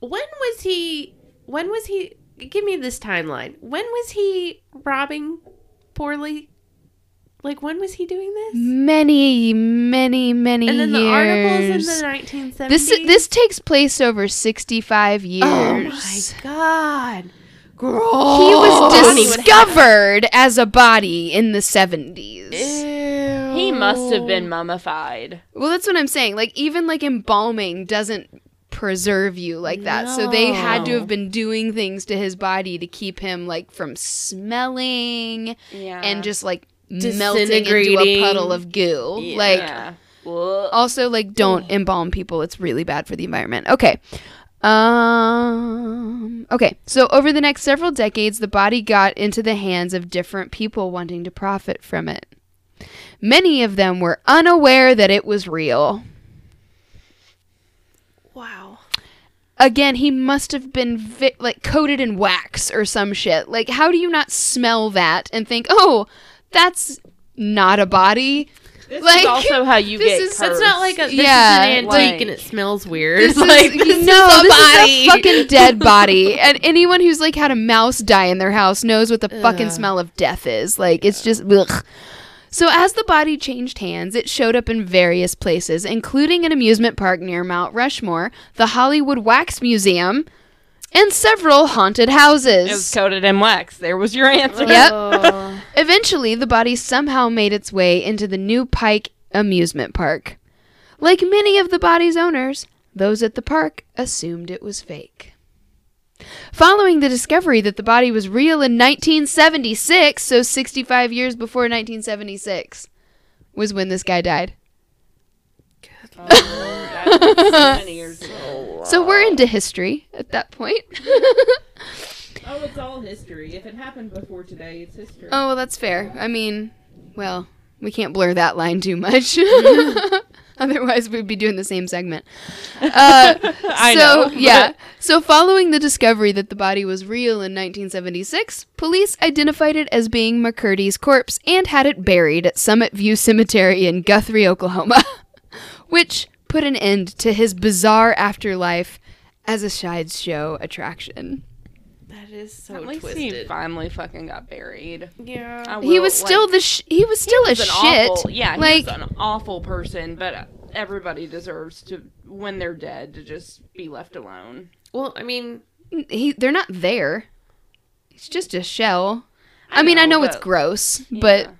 [SPEAKER 3] When was he? When was he? Give me this timeline. When was he robbing poorly? Like when was he doing this?
[SPEAKER 1] many, many, many
[SPEAKER 3] And then the
[SPEAKER 1] years.
[SPEAKER 3] articles in the 1970s.
[SPEAKER 1] this this takes place over 65 years.
[SPEAKER 3] Oh my god!
[SPEAKER 1] He
[SPEAKER 3] Gross.
[SPEAKER 1] was
[SPEAKER 2] Bonnie would
[SPEAKER 1] discovered as a body in the 70s.
[SPEAKER 2] he must have been mummified.
[SPEAKER 1] Well, that's what I'm saying. Like even like embalming doesn't preserve you like that. So they had to
[SPEAKER 2] No.
[SPEAKER 1] have been doing things to his body to keep him like from smelling
[SPEAKER 2] Yeah,
[SPEAKER 1] and just like melting into a
[SPEAKER 3] Disintegrating.
[SPEAKER 1] puddle of goo. Like also like don't embalm people. It's really bad for the environment. Okay. Um okay. So over the next several decades the body got into the hands of different people wanting to profit from it. Many of them were unaware that it was real.
[SPEAKER 3] Wow.
[SPEAKER 1] again he must have been vi- like coated in wax or some shit like how do you not smell that and think oh that's not a body
[SPEAKER 2] This
[SPEAKER 1] Like,
[SPEAKER 2] is also how you
[SPEAKER 1] this
[SPEAKER 2] get
[SPEAKER 1] is- it's
[SPEAKER 3] It's not like a. This
[SPEAKER 1] Yeah,
[SPEAKER 3] is an antique
[SPEAKER 2] like-
[SPEAKER 3] and it smells weird.
[SPEAKER 1] this is,
[SPEAKER 3] like this
[SPEAKER 1] no
[SPEAKER 3] is a
[SPEAKER 1] this
[SPEAKER 3] body.
[SPEAKER 1] is a fucking dead body and anyone who's like had a mouse die in their house knows what the fucking
[SPEAKER 3] Ugh.
[SPEAKER 1] smell of death is like it's just ugh. so as the body changed hands it showed up in various places including an amusement park near mount rushmore the hollywood wax museum and several haunted houses
[SPEAKER 2] It was coated in wax. There was your answer.
[SPEAKER 1] Yep.
[SPEAKER 3] Oh.
[SPEAKER 1] Eventually, the body somehow made its way into the new Pike amusement park. Like many of the body's owners, those at the park assumed it was fake. Following the discovery that the body was real in 1976, so 65 years before 1976, was when this guy died.
[SPEAKER 4] Many years ago.
[SPEAKER 1] So we're into history at that point.
[SPEAKER 4] Oh, it's all history. If it happened before today, it's history.
[SPEAKER 1] Oh, well, that's fair. I mean, well, we can't blur that line too much. Otherwise, we'd be doing the same segment. Uh,
[SPEAKER 2] I
[SPEAKER 1] so,
[SPEAKER 2] know.
[SPEAKER 1] yeah. So, following the discovery that the body was real in 1976, police identified it as being McCurdy's corpse and had it buried at Summit View Cemetery in Guthrie, Oklahoma, which put an end to his bizarre afterlife as a sideshow attraction.
[SPEAKER 3] That is so
[SPEAKER 2] At least he
[SPEAKER 3] twisted.
[SPEAKER 2] finally fucking got buried.
[SPEAKER 3] Yeah.
[SPEAKER 2] I
[SPEAKER 1] he
[SPEAKER 2] will,
[SPEAKER 1] was
[SPEAKER 2] like-
[SPEAKER 1] still the sh- he was still a
[SPEAKER 2] was an
[SPEAKER 1] shit.
[SPEAKER 2] Awful, yeah,
[SPEAKER 1] like
[SPEAKER 2] he's an awful person, but uh, everybody deserves to, when they're dead, to just be left alone.
[SPEAKER 3] Well, I mean,
[SPEAKER 1] he they're not there. It's just a shell. I, mean, I know it's
[SPEAKER 2] but-
[SPEAKER 1] gross, but
[SPEAKER 2] Yeah.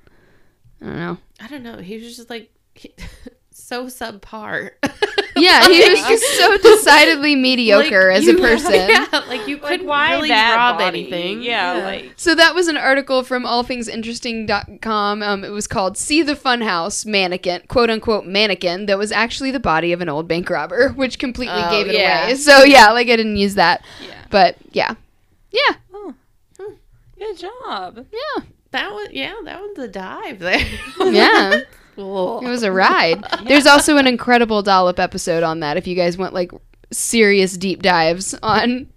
[SPEAKER 1] I don't know.
[SPEAKER 3] I don't know. He was just like he- so subpar.
[SPEAKER 1] Yeah, he was
[SPEAKER 3] Like-
[SPEAKER 1] just so decidedly mediocre
[SPEAKER 3] like,
[SPEAKER 1] as a
[SPEAKER 3] you-
[SPEAKER 1] person.
[SPEAKER 3] Yeah, like you couldn't really rob
[SPEAKER 2] body?
[SPEAKER 3] anything.
[SPEAKER 2] Yeah, like
[SPEAKER 1] So that was an article from allthingsinteresting.com. Um, it was called See the Funhouse Mannequin, quote unquote mannequin, that was actually the body of an old bank robber, which completely
[SPEAKER 3] Oh,
[SPEAKER 1] gave it
[SPEAKER 3] yeah.
[SPEAKER 1] away. So yeah, like I didn't use that.
[SPEAKER 2] Yeah.
[SPEAKER 1] But yeah. Yeah.
[SPEAKER 2] good job.
[SPEAKER 1] Yeah.
[SPEAKER 3] that was yeah, that was a dive there.
[SPEAKER 1] Yeah.
[SPEAKER 3] Cool.
[SPEAKER 1] It was a ride. There's also an incredible dollop episode on that if you guys want like serious deep dives on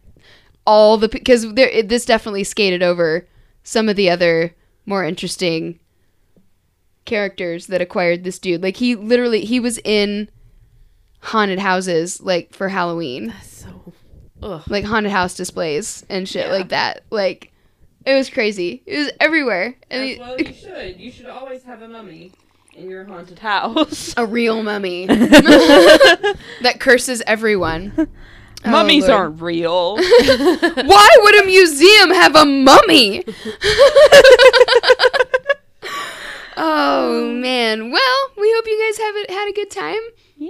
[SPEAKER 1] all the because there it, this definitely skated over some of the other more interesting characters that acquired this dude. Like he literally he was in haunted houses like for Halloween,
[SPEAKER 3] so. Ugh.
[SPEAKER 1] like haunted house displays and shit
[SPEAKER 2] Yeah.
[SPEAKER 1] like that. Like it was crazy. It was everywhere. And
[SPEAKER 4] As
[SPEAKER 1] he-
[SPEAKER 4] well, you should. You should always have a mummy in your
[SPEAKER 2] Oh,
[SPEAKER 4] haunted house.
[SPEAKER 2] House.
[SPEAKER 1] a real mummy
[SPEAKER 2] Mummies
[SPEAKER 1] that curses everyone. Oh, Lord.
[SPEAKER 2] aren't real.
[SPEAKER 1] Why would a museum have a mummy? oh man. Well, we hope you guys have it, had a good time.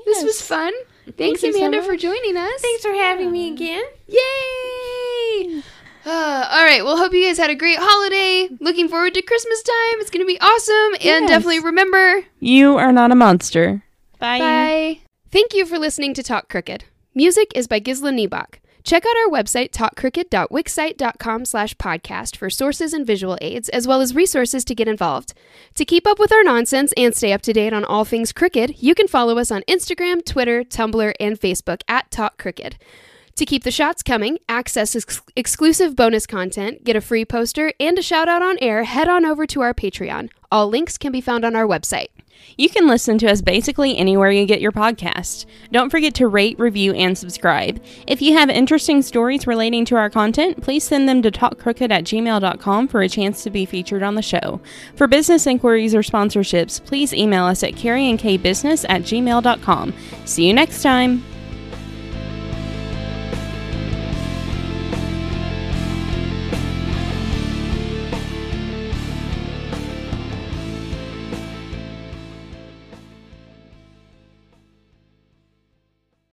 [SPEAKER 1] This was fun. Thanks,
[SPEAKER 2] you so
[SPEAKER 1] Amanda,
[SPEAKER 2] much.
[SPEAKER 1] for joining us.
[SPEAKER 3] Thanks for having me again.
[SPEAKER 1] Yay! Uh, all right. Well, hope you guys had a great holiday. Looking forward to Christmas time. It's gonna be awesome. And
[SPEAKER 2] Yes.
[SPEAKER 1] definitely remember.
[SPEAKER 2] You are not a monster.
[SPEAKER 1] Bye. Thank you for listening to Talk Crooked. Music is by Gisla Niebach. Check out our website, talkcrooked.wixsite.com slash podcast for sources and visual aids, as well as resources to get involved. To keep up with our nonsense and stay up to date on all things crooked, you can follow us on Instagram, Twitter, Tumblr, and Facebook at Talk Crooked. To keep the shots coming, access ex- exclusive bonus content, get a free poster, and a shout out on air, head on over to our Patreon. All links can be found on our website.
[SPEAKER 2] You can listen to us basically anywhere you get your podcast. Don't forget to rate, review, and subscribe. If you have interesting stories relating to our content, please send them to talkcrooked at gmail.com for a chance to be featured on the show. For business inquiries or sponsorships, please email us at carrieandkbusiness at gmail.com. See you next time.